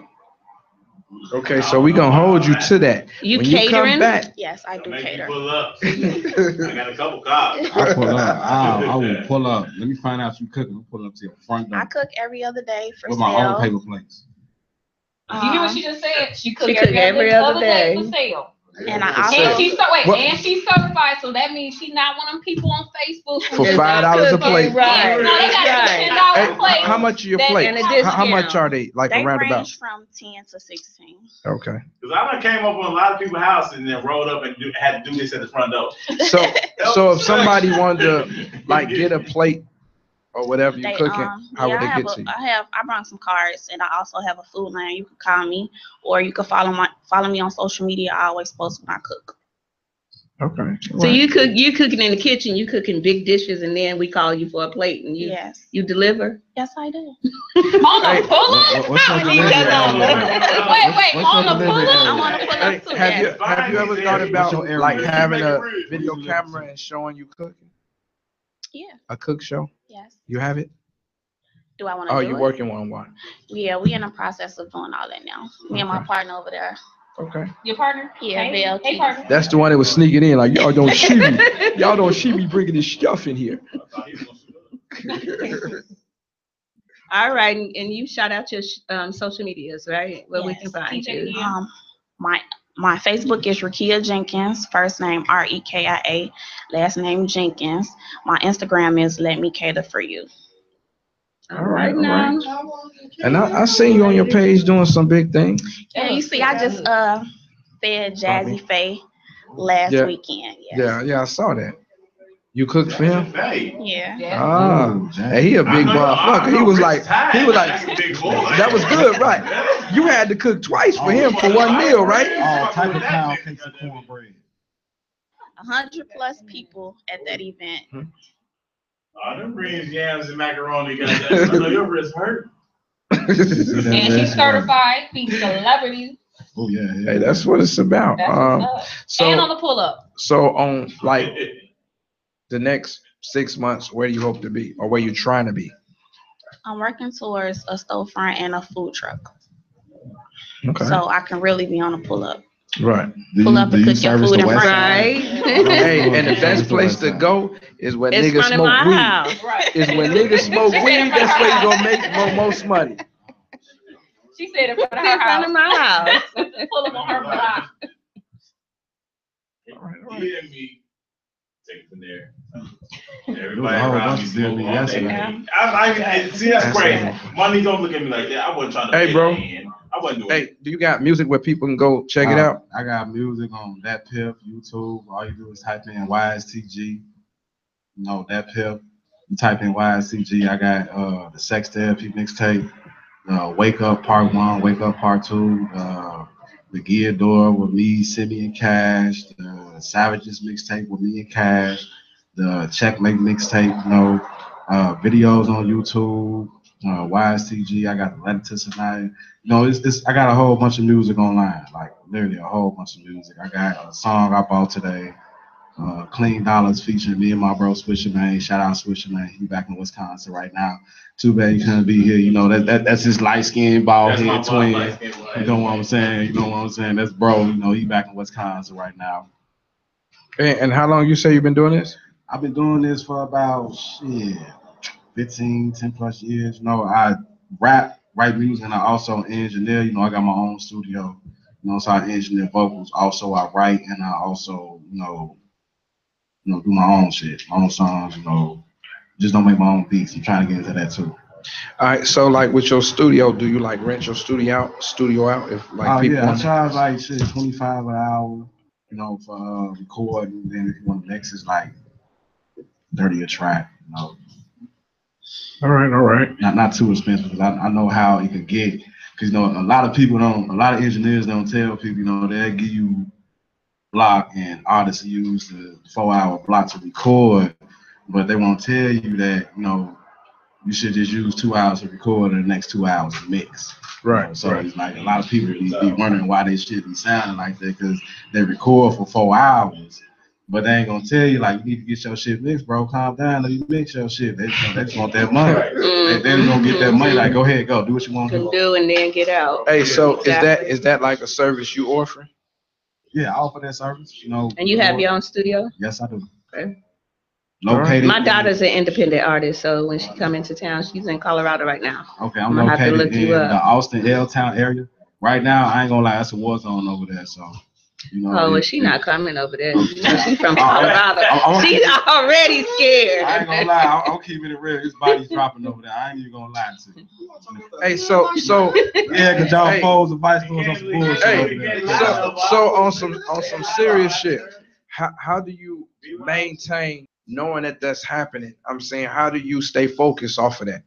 Okay, so we gonna hold you to that.
You
When
catering?
You come back,
Yes, I do cater.
I got a couple cars.
I pull up. I, I will pull up. Let me find out you cooking. I'm pulling up to your front
I
door
cook every other day for
with
sale.
my own paper plates.
You hear what she just said? She cook,
She cook
every,
every
other,
other
day.
day.
for sale.
And
And
I also
she's so, wait,
What-
and she's certified, so that means she's not one of them people on Facebook who
For
just
five
not
dollars a
cooking.
plate.
Yeah, No, they got a ten dollar
Hey,
plate.
how much are your
that-
plates? How, how much are they? Like
they
around about?
range from ten to sixteen.
Okay.
Cause I done came up on a lot of people's houses and then rolled up and do, had to do this at the front door.
So, so if somebody wanted to like get a plate or whatever you
They,
cooking,
um,
how
yeah,
would
I
they
have
get
a-
to you?
I have I brought some cards and I also have a food line. You can call me or you can follow my follow me on social media. I always post when I cook.
Okay.
So you cook you cooking in the kitchen, you cooking big dishes, and then we call you for a plate and you
Yes.
you deliver.
Yes, I do.
On the pull
up? What's your
He
delivery
does all
area?
that.
Wait,
What's-
wait,
what's your
on the
delivery
pull-up?
area?
I wanna pull up
Hey, have you have you ever thought about like having a video camera and showing you cooking?
Yeah.
A cook show?
Yes.
You have it?
Do I want to?
Oh,
do
you
it?
working one one?
Yeah, we in the process of doing all that now. Me and my partner over there.
Okay.
Your partner? Yeah,
Hey,
BLT. Hey, partner.
That's the one that was sneaking in like y'all don't see me. Y'all don't see me bringing this stuff in here.
All right, and and you shout out your sh- um, social medias, right? Where we can find you.
Um, my my Facebook is Rakia Jenkins, first name R E K I A, last name Jenkins. My Instagram is Let Me Cater for You.
All right, all right. And I, I seen you on your page doing some big thing.
Yeah, you see, I just uh fed Jazzy Faye last
Yeah.
weekend.
Yeah, yeah, I saw that. You cook for him?
Yeah.
Ah, hey, he a big
I know- I
motherfucker. He
know
was
Rich
like,
Tide.
he was like,
That's
that was good, right? You had to cook twice for him for one meal, right?
All type of pound cakes of cornbread.
A hundred plus people at that event.
Hmm.
All them greens, yams, and macaroni, goddamn. I know your wrist hurt.
And she's certified, she's celebrity.
Oh yeah, Hey, that's what it's about.
That's
Um,
what's up. And on
so,
the pull up.
so on like the next six months, where do you hope to be, or where you trying to be?
I'm working towards a storefront and a food truck,
Okay.
so I can really be on a pull up.
Right.
Pull up and cook your food in front.
Oh, Hey, and the best place to go is when
It's
niggas
front of my
smoke
house.
weed. Is when niggas smoke
She said
weed,
in front of
that's
her
where you gonna
house.
make mo- most money.
She said in front of
She said
her
in
house.
front of my
Pull up on her block.
He and me, take it from there.
There was
Everybody
a whole
around
bunch
me smoke
of them
all day.
yesterday.
I, I, see, that's
That's
crazy.
right.
Money gonna look at me like, yeah, I wasn't trying to.
Hey,
fit
bro.
in. I wasn't doing
Hey, do you got music where people can go check it
Uh-huh.
Uh,
out?
I got music on that pimp YouTube. All you do is type in YSTG. No, that pimp. You type in YSTG. I got uh the sex therapy mixtape, uh, Wake Up Part One, Wake Up Part Two, uh, the Gear Door with me, Simi and Cash, the Savages mixtape with me and Cash, the Checkmate mixtape. You know, uh, videos on YouTube. Uh, YSTG. I got the letter to tonight. You know, it's, it's I got a whole bunch of music online, like literally a whole bunch of music. I got a song I bought today, uh, Clean Dollars featuring me and my bro Swisher Man. Shout out Swisher Man, he back in Wisconsin right now. Too bad he couldn't be here. You know that, that that's his light skinned bald
That's my
head
boy,
twin.
light-skinned
You know what I'm saying? You know what I'm saying? That's bro. You know he back in Wisconsin right now.
And, and how long you say you've been doing this?
I've been doing this for about shit 15, 10 plus years. You know, I rap, write music, and I also engineer. You know, I got my own studio. You know, so I engineer vocals. Also, I write and I also, you know, you know, do my own shit, my own songs. You know, just don't make my own beats. I'm trying to get into that too.
All right, so like with your studio, do you like rent your studio out, studio out if like
oh,
people
yeah, I
want
charge like shit twenty five an hour. You know, for uh, recording. And then if you want the next, is like thirty a track. You know.
All right, all right.
Not not too expensive because I, I know how it could get. Because you know a lot of people don't, a lot of engineers don't tell people. You know they give you block and artists use the four hour block to record, but they won't tell you that you know you should just use two hours to record and the next two hours to mix.
Right.
So it's like a lot of people be, be wondering why they should be sounding like that because they record for four hours, but they ain't gonna tell you like you need to get your shit mixed, bro. Calm down, let me mix your shit. They, they just want that money. They, they gonna get that money. Like go ahead, go do what you want to
Can
do.
do and then get out.
Hey, so is that is that like a service you offering?
Yeah, I offer that service. You know.
And you have your own studio?
Yes, I do.
Okay.
Located.
My daughter's an independent artist, so when she come into town, she's in Colorado right now.
Okay, I'm
I'm gonna have to
located
look
in
you
the
up.
Austin L Town area. Right now, I ain't gonna lie, it's a war zone over there. So, you know.
Oh, well,
it-
she
it-
not coming over there. You know She from
Oh, I'm-
Colorado.
I'm- I'm-
She's already scared.
I ain't gonna lie, I'm- I'm keeping it real. His body's dropping over there. I ain't even gonna lie to you.
Hey, so so
Yeah, cause y'all
Hey.
foes and vice lords on some bullshit over
Hey,
there.
so, so on some on some serious shit, how how do you maintain knowing that that's happening? I'm saying, how do you stay focused off of that?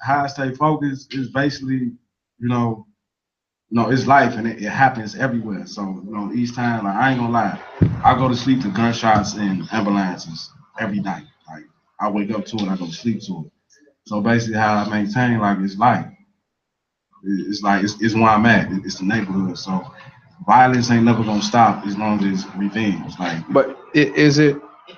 How I stay focused is basically, you know, no, it's life and it, it happens everywhere. So, you know, each time, like I ain't gonna lie, I go to sleep to gunshots and ambulances every night. Like I wake up to it, I go to sleep to it. So basically, how I maintain like it's life. It- It's like it's, it's where I'm at. It- It's the neighborhood. So violence ain't never gonna stop as long as it's revenge. Like
But i- is it i-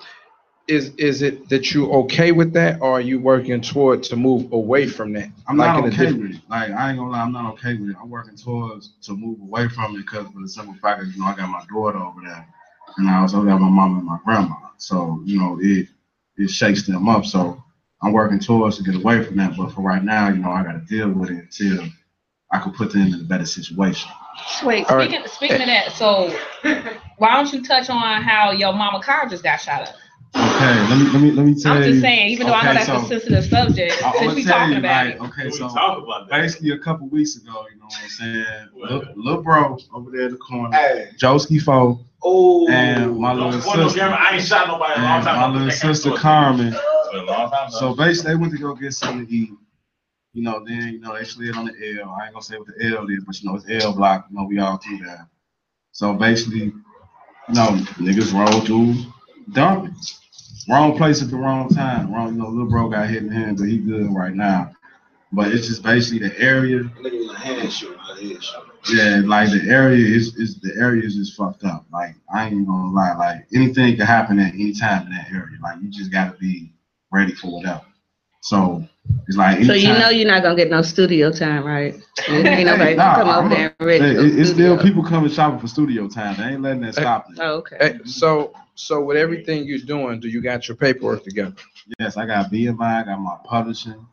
is is it that you okay with that, or are you working toward to move away from that?
I'm
Like
not
in a
okay
diff-
with it. Like I ain't gonna lie, I'm not okay with it. I'm working towards to move away from it because for the simple fact that you know I got my daughter over there, and I also got my mom and my grandma. So you know it it shakes them up. So I'm working towards to get away from that. But for right now, you know I got to deal with it until I can put them in a better situation.
Wait,
All right.
speaking, speaking of that, so why don't you touch on how your mama car just got shot up?
Okay, let me let me let me tell
I'm
you.
just saying, even though I know
Okay,
that's a
so-
sensitive subject,
I- I'ma
since we
tell
talking
you,
about
like,
it.
Okay, so basically a couple weeks ago, you know what I'm saying? Lil- Lil bro over there in the corner,
Hey.
Joski Fo,
Oh,
and my little sister,
I ain't shot nobody in a long
and my
time.
little sister Carmen. So basically, they went to go get something to eat. You know, then you know they slid on the L. I ain't gonna say what the L is, but you know it's L block. You know we all through there. So basically, you know niggas roll through, dumping. Wrong place at the wrong time. Wrong, you know, little bro got hit in the hand, but he good right now. But it's just basically the area.
Nigga was a hand shooter, not a head shooter.
Yeah, like the area is is the area is just fucked up. Like I ain't gonna lie, like anything can happen at any time in that area. Like you just gotta be ready for whatever. So it's like
So you
anytime-
know you're not gonna get no studio time, right? Ain't nobody
Nah,
come
I'm
over
a-
there and rent
Hey,
no
it- it's still
studio.
people coming shopping for studio time. They ain't letting that stop. them.
Oh, okay.
Hey, So so with everything you're doing, do you got your paperwork together?
Yes, I got BMI, I got my publishing,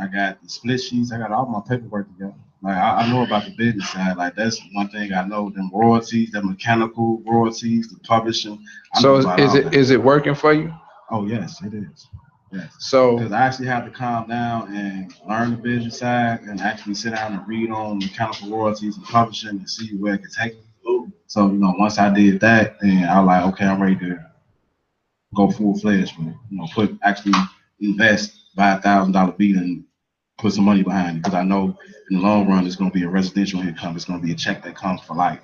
I got the split sheets, I got all my paperwork together. Like I, I know about the business side. Like that's one thing I know. Them royalties, the mechanical royalties, the publishing. I
So
know
is
about
is
all
it
that.
is it working for you?
Oh yes, it is. Yes.
So
Because I actually had to calm down and learn the business side and actually sit down and read on mechanical royalties and publishing and see where it could take me. So, you know, once I did that, then I was like, okay, I'm ready to go full fledged with it. You know, put actually invest buy a thousand dollar beat and put some money behind it because I know in the long run it's gonna be a residential income. It's gonna be a check that comes for life.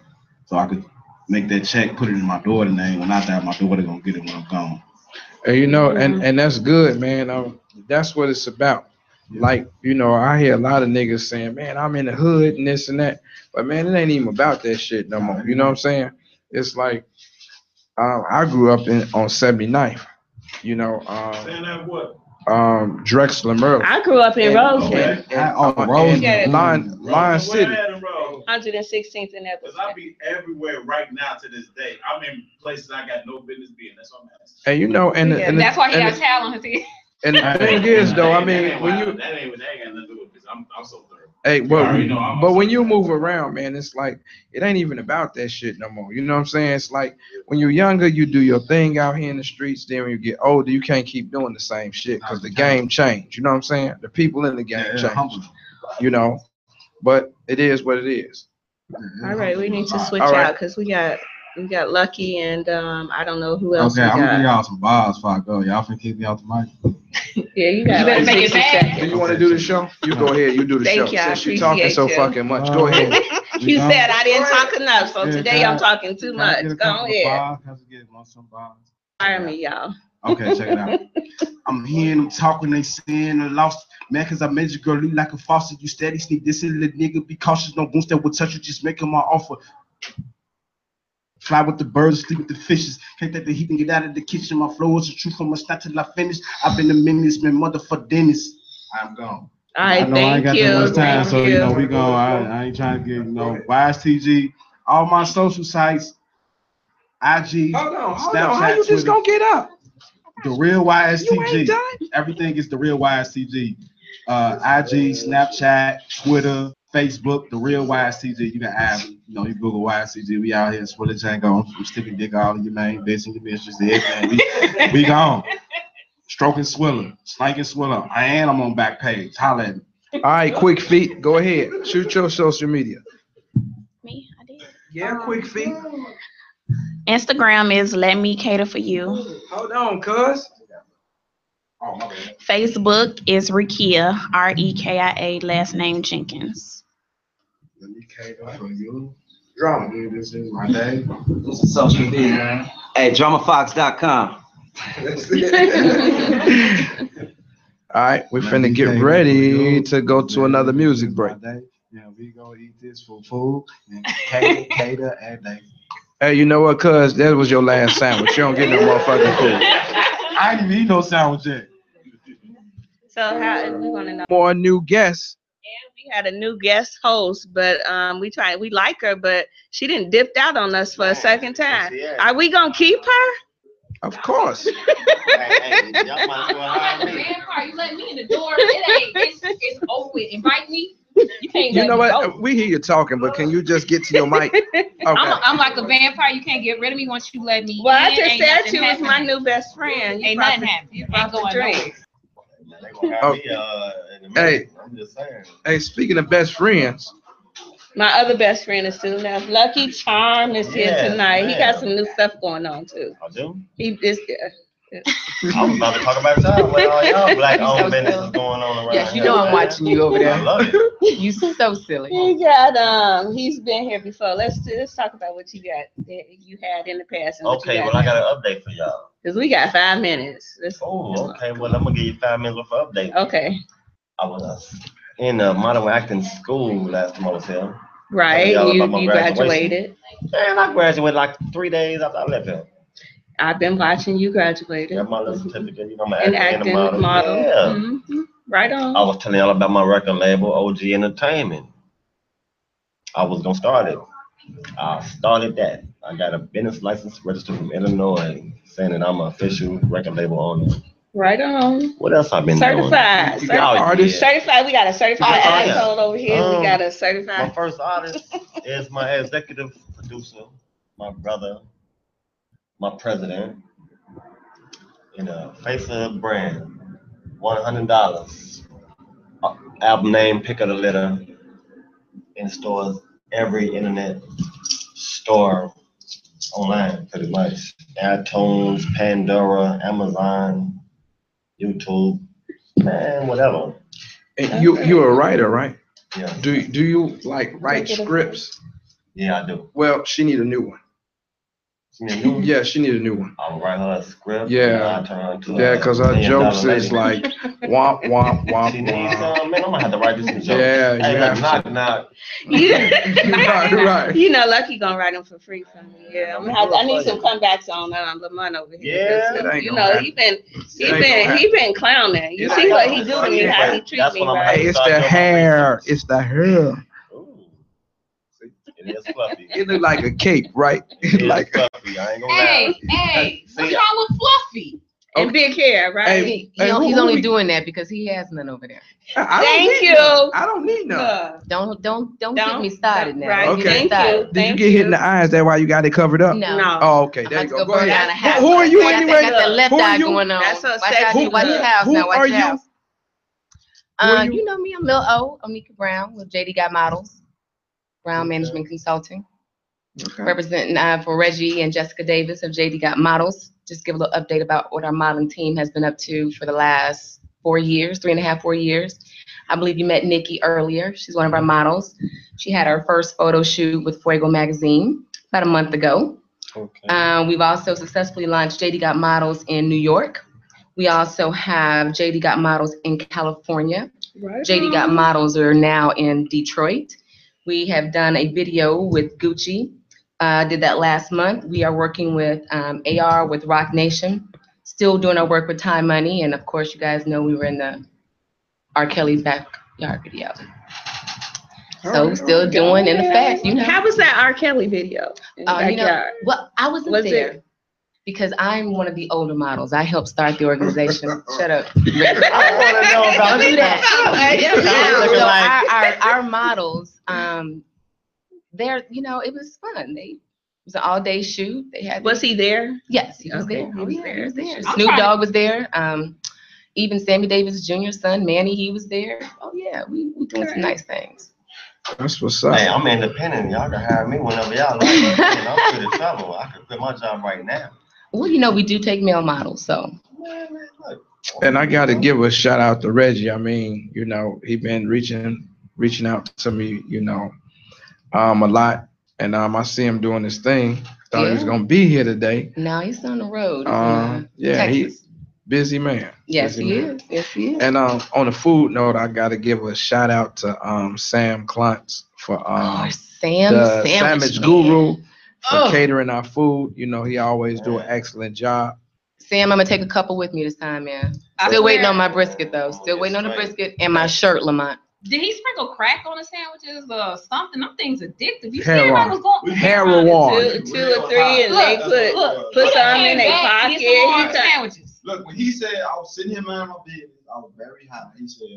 So I could make that check, put it in my daughter's name. When I die, my daughter gonna get it when I'm gone.
And you know, and
Mm-hmm.
and that's good, man. Um, that's what it's about. Like you know, I hear a lot of niggas saying, "Man, I'm in the hood and this and that," but man, it ain't even about that shit no more. You know what I'm saying? It's like, um, I grew up in on 79th. You know, um,
Saying that what?
um, Drexler Merle.
I grew up in Roseland.
Oh,
Yeah.
Roseland, Lion, Lion
Where
City.
that in Rome?
116th in Evanston.
I be everywhere right now to this day. I'm in places I got no business being. That's what I'm asking.
And you know, and the- and the-
That's why he
and
got
the-
towel on his head.
And the thing is, though, I
That
mean,
ain't
when
why-
you
That ain't, that ain't got nothing to do with this. I'm, I'm so thorough.
Hey,
You
but,
already know I'm
but when you move around, man, it's like it ain't even about that shit no more. You know what I'm saying? It's like when you're younger, you do your thing out here in the streets. Then when you get older, you can't keep doing the same shit because the game changed. You know what I'm saying? The people in the game
Yeah, it humbles
changed. You know, but it is what it is.
Mm-hmm.
All right, we need to switch
All right.
out because we got we got Lucky and um I don't know who else
okay,
we
I'm gonna give
got.
y'all some bars before I go. Y'all finna kick me off the mic.
Yeah, you
You
got
better
like
make it
60
fast.
seconds.
Do you want to do the show? You go ahead. You do the
Thank
show.
you, I
Since you talking so
appreciate you.
fucking much, go ahead.
You said I didn't talk enough, so
Yeah,
today
can
I'm
I-
talking too
can I
much.
get a
Go
couple of
ahead.
bars?
Hire me, y'all.
Okay, check it out. I'm hearing them talking, they saying I lost. Man, cause I made your girl look like a faucet. You steady sneak this in the nigga. Be cautious, no boost that will touch you. Just make him my offer. Fly with the birds, sleep with the fishes. Can't take the heat and get out of the kitchen. My flow is the truth from a start till I finish. I've been a menace, man, motherfucker Dennis. I'm gone.
All right, thank you. Thank you.
we go. I, I ain't trying to get no wise TG. All my social sites, IG,
Hold on, hold on. How you just gonna get up?
the real
You ain't
YSTG.
done?
Everything is the real YSTG. Uh, IG, Snapchat, Twitter, Facebook, the real YSTG. You can add, you know, you Google YSTG. We out here, Swilly Django. I'm sticking dick all in your name, bitch, and your mistress, and everything. We, we gone. Stroking Swiller, slanking Swiller. I am I'm on back page. Holla at me.
All right, quick feet. Go ahead. Shoot your social media.
Me, I did.
Yeah, quick feet.
Instagram is Let Me Cater For You.
Hold on, cuz.
Facebook is Rekia, R E K I A, last name Jenkins.
Drama. This is my day.
This is social media. Hey, dramafox.com.
All right, we finna get ready to go to another music break.
Yeah, we gonna eat this for food and cater, cater, and they
Hey, you know what, cuz? That was your last sandwich. You don't get no motherfucking food.
I didn't need no sandwich yet.
So how we want to know?
More new guests.
We had a new guest host, but um, we tried. We like her, but she didn't dipped out on us for a second time. Are we gonna keep her?
Of course.
I'm at the man part. You let me in the door. It ain't. It's, it's over with. Invite me. You can't.
You
let
know
me
what?
go.
Uh, We hear you talking, but can you just get to your mic?
I'm,
Okay.
a, I'm like a vampire. You can't get rid of me once you let me.
Well, I
in.
just
Ain't
said
nothing
you was my
happening.
new best friend. You
Ain't nothing
brought the-
happening.
you
Ain't
brought the
going
drinks.
nowhere.
Oh.
uh,
Hey,
I'm just saying.
hey, speaking of best friends,
My other best friend is too now. Lucky Charm is here
Yeah,
tonight. He got
man.
some new stuff going on too.
I Oh, do.
He is.
I was about to talk about y'all, what all y'all black owned business is going on around.
Yes, you know
here,
I'm
man.
watching you over there.
I love it.
You so silly.
He got um. He's been here before. Let's let's talk about what you got that you had in the past. And
Okay,
what you
well, I got an update for y'all.
Because we got five minutes. Let's-
Oh, okay, well, I'm gonna give you five minutes worth of update.
Okay.
I was in uh, modern acting school last time I was here.
Right.
Tell me all
You,
about my
you
graduation.
graduated.
And I graduated like three days after I left here.
I've been watching you graduated.
Got my little certificate, you know, my
And
acting,
acting model.
and model. Yeah.
Mhm. Right on.
I was telling y'all about my record label, OG Entertainment. I was gonna start it. I started that. I got a business license registered from Illinois saying that I'm an official record label owner.
Right on.
What else I've been doing?
certified.
You
Certified.
got artists?
Certified. We got a certified
Because I-
asshole over here.
Um,
we got a certified.
My first artist is my executive producer, my brother, my president, and a face of the brand. One hundred dollars. Uh, Album name, pick of the litter. In stores, every internet store online, pretty much. iTunes, Pandora, Amazon, YouTube, man, whatever.
and you you're a writer, right?
Yeah.
Do do you like write scripts?
Yeah, I do.
Well, she need a new one. Yeah, she need a new one.
I'll write her a script.
Yeah.
and I'll turn her into
Yeah,
a
because her
Uh, million
jokes
dollar
is
lady.
like womp womp womp.
She needs
womp.
some. Man, I'm gonna have to write this in jokes.
Yeah,
Hey,
you
like,
have
knock, knock.
You,
Right, right.
you know, Lucky gonna write them for free for me. Yeah, I'm gonna have, I need some comebacks on um, Lamont over here.
Yeah.
because,
It ain't
You
gonna
know,
happen.
he been, he
It ain't
been,
gonna
he been clowning. You see what he do to me, how he treat me,
Hey,
right?
it's the hair. It's the hair.
It is fluffy.
It look like a cape, right?
It is
like
fluffy. I ain't gonna lie.
Hey, hey,
See,
what's wrong with Fluffy?
And big hair, right?
He- he
Hey,
don't-
who-
he's
who
only
we-
doing that because he has none over there.
I don't
Thank
need
you.
none. I don't need none.
Look,
Don't don't don't,
Don't-
get me started now.
right,
Don't get me
Okay.
started.
Did you get hit in the eyes? That why you got it covered up?
No. No.
Oh, okay.
I
There you
just
go.
go
Go
burn
ahead.
down a house.
Who are you
Got the-
anyway?
Got the left
Who are
eye
you?
going on.
That's so
watch
sexy.
out, you- watch your
Who-
house
who
now. Watch
are
your
you?
house.
are
Uh,
you?
you? know me. I'm Lil O. Amika Brown with JD Got Models, Brown Management Consulting, representing uh, for Reggie and Jessica Davis of JD Got Models. Just give a little update about what our modeling team has been up to for the last four years, three and a half, four years. I believe you met Nikki earlier. She's one of our models. She had her first photo shoot with Fuego magazine about a month ago. Uh, we've also successfully launched JD Got Models in New York. We also have JD Got Models in California.
Right
JD Got
on.
Models are now in Detroit. We have done a video with Gucci. Uh, did that last month. We are working with um, AR with Rock Nation. Still doing our work with Time Money, and of course, you guys know we were in the R. Kelly's backyard video. So
Alright,
still
alright.
doing in effect, you know.
Oh, How was that R. Kelly video? in the
Uh, you know,
backyard?
well, I wasn't
Was it-
there because I'm one of the older models. I helped start the organization. Shut up. I want
to know about
do that.
that.
Yeah, no,
Looking
no,
like-
our, our, our models, um, they're you know, it was fun. They it was an all day shoot. They had.
Was he there?
Yes, he was
Okay,
there. Oh, yeah, he was there. Snoop
I'm trying to-
Dogg was there. Um, even Sammy Davis Jr.'s son Manny, he was there. Oh yeah, we we doing some nice things.
That's what's up.
Hey, I'm independent. Y'all can hire me whenever y'all like. And I'm free to travel. I could quit my job right now.
Well, you know, we do take male models, so.
And I got to give a shout out to Reggie. I mean, you know, he been reaching reaching out to me, you know, um, a lot. And um, I see him doing his thing. Thought he was
Yeah.
gonna be here today.
No, he's on the road. He's in, uh,
Um, yeah,
Texas.
he's busy man.
Yes,
Busy
he
man.
is. Yes, he is.
And um, on a food note, I got to give a shout out to um Sam Clontz for um
Sam
the
Sandwich
Sandwich Guru for
Oh.
catering our food. You know, he always do an excellent job.
Sam, I'm gonna take a couple with me this time, man.
I
Still waiting
swear.
on my brisket though. Still waiting on the brisket and my shirt, Lamont.
Did he sprinkle crack on the sandwiches or something? Them things addictive. You see, everybody was
Heroin.
going.
Heroin.
Two, two or three, and they
Look,
put
look,
put
put
some
that
in their
hand back,
pocket.
get some more
He try-
Look, when he said I was sitting here minding my business, I was very high. He said,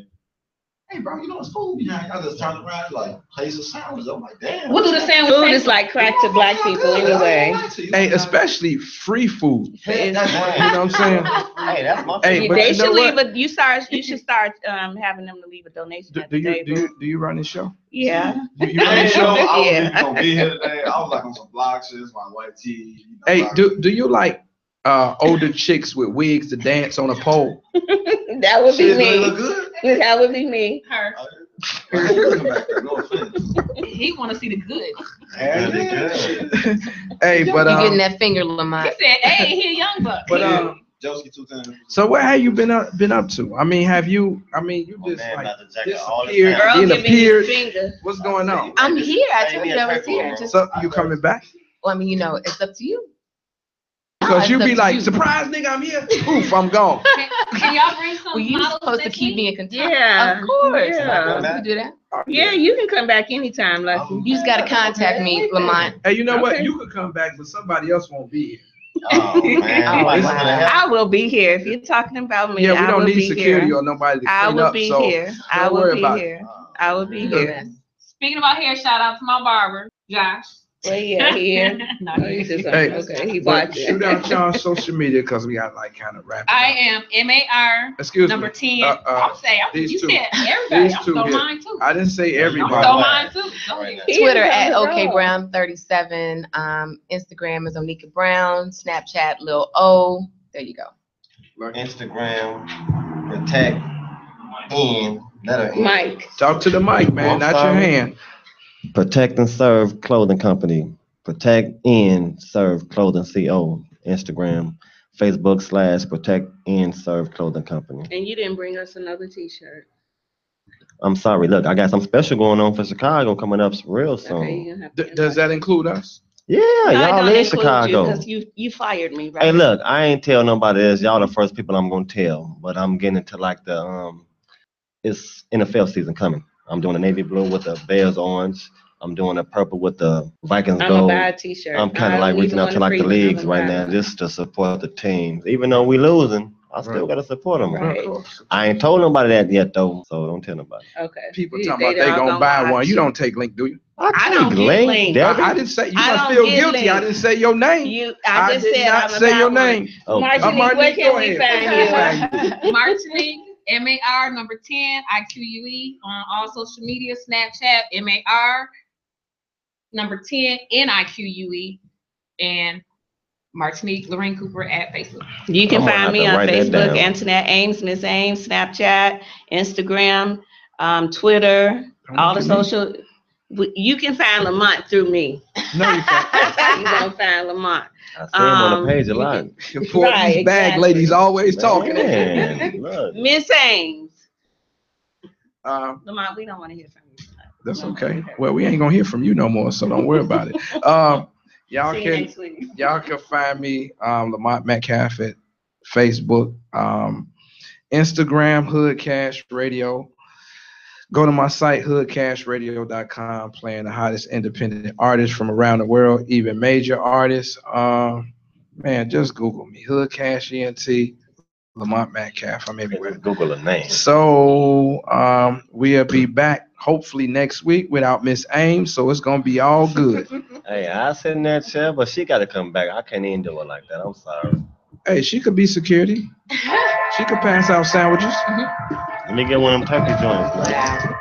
"Hey, bro, you know it's food behind." you." I just turned around like place of sandwich. I'm like, "Damn."
What do the sandwich
Food
Food is like crack to black people anyway.
Hey, especially free food.
Hey,
You know what I'm saying?
Hey, that's my.
Hey, but
they
you know
should
what?
leave a. You start. You should start um, having them to leave a donation.
Do,
at
do
the
you do
table.
you do you run this show?
Yeah.
You- you really
show, I was
Yeah.
just gonna be here today. I was like on some blog shits, my white tee. you know,
Hey,
like-
do do you like uh older chicks with wigs to dance on a pole?
That would be
Shit, do it look
me. That would be me.
Her. He want to see the good.
Hey, but
you getting
um,
that finger, Lamont?
He said, "Hey, he a young buck."
but um, so what have you been up been up to? I mean, have you? I mean, you just like disappeared, then appeared. What's going on?
I'm here. I told you I was here. Just,
So you coming back?
well, I mean, you know, it's up to you. No,
Cause
it's
you
up
be
to
like,
you.
surprise, nigga, I'm here. Poof, I'm gone.
Can y'all bring some
Well, you
models
supposed to
next
keep
week?
me in contact.
Yeah,
Of course.
yeah.
You can do that.
Yeah, you can come back anytime, Lucky.
Oh,
You just gotta contact me, Lamont.
Hey, you know what?
Okay.
You could come back, but somebody else won't be here.
Oh, wow. I will be here if you're talking about me.
Yeah, we
I
don't
will
need
be
security
here.
or nobody to
I
clean
will
up,
be
so
here. I
don't
will
worry
be
about it.
here. I will be here.
Speaking about hair, shout out to my barber, Josh.
Well, yeah, he is.
No,
he's Oh, just
Hey,
okay. He
but
watching.
shoot out y'all social media because we got like kind of wrap. it
I am M A R.
Excuse me.
Number ten.
Uh, uh,
I'm saying, I'm-
these
you
two.
said everybody.
These
I'm
two
throwing
here.
mine too.
I didn't say
I'm
everybody.
throwing mine too. Don't even-
Twitter
He is
at
on the
OK
road.
Brown 37. Um, Instagram is Onika Brown. Snapchat Lil O. There you go.
Instagram, protect, and letter N.
Mike.
Talk to the mic, man, not your hand.
Protect and Serve Clothing Company. Protect and Serve Clothing Co. Instagram, Facebook slash Protect and Serve Clothing Company.
And you didn't bring us another T-shirt.
I'm sorry. Look, I got something special going on for Chicago coming up real soon.
D- does that include us?
Yeah, y'all in Chicago.
Because you you fired me, right?
Hey, look, I ain't tell nobody this. Y'all the first people I'm gonna tell, but I'm getting into like the um, it's NFL season coming. I'm doing a navy blue with the Bears orange. I'm doing a purple with the Vikings
I'ma
gold.
buy a t-shirt.
I'm kind
I
of like
don't
reaching
even
out to
wanna
like the
freeze it.
leagues
I'ma
right
buy
now just to support the teams. Even though we losing, I still gotta support them.
Right.
I ain't told nobody that yet though, so don't tell nobody.
Okay.
People talking about they gonna buy one. You don't take link, do you?
I don't get Link, Link.
I,
Debbie.
I didn't say you
I
must
don't
feel
get
guilty. I
Link.
didn't say your name.
You, I just
did
said
not
I'm
say your
about
name.
Oh.
Marjorie,
Uh,
where can
go
we
ahead.
find you?
Martinique, M A R number ten, I Q U E on all social media, Snapchat, M A R number ten, N I Q U E, and Martinique Lorraine Cooper at Facebook.
You
I'm
can
gonna have
find me
to
on
write that
Facebook,
down.
Antoinette Ames, Miss Ames, Snapchat, Instagram, um, Twitter, all the social. w- You can find Lamont through me.
No, you
can't. You're gonna find Lamont.
I see him on
Um,
the page a lot.
Poor
Right,
these bag
exactly.
ladies always talking.
Man, look.
Miss Ames.
Um,
Lamont, we don't want to hear from you.
That's okay. Well, we ain't gonna hear from you no more, so don't worry about it. Um, y'all
See you
can
next week.
y'all can find me um Lamont Metcalf at Facebook, um, Instagram, Hood Cash Radio. Go to my site, hoodcashradio.com, playing the hottest independent artists from around the world, even major artists. Um, man, just Google me, Hood Cash ENT, Lamont Metcalf. I'm everywhere.
Google a name.
So um, we'll be back hopefully next week without Miss Ames. So it's gonna be all good.
Hey, I sit in that chair, but she gotta come back. I can't even do it like that. I'm sorry.
hey, she could be security. She could pass out sandwiches.
Let me get one of them turkey joints, man.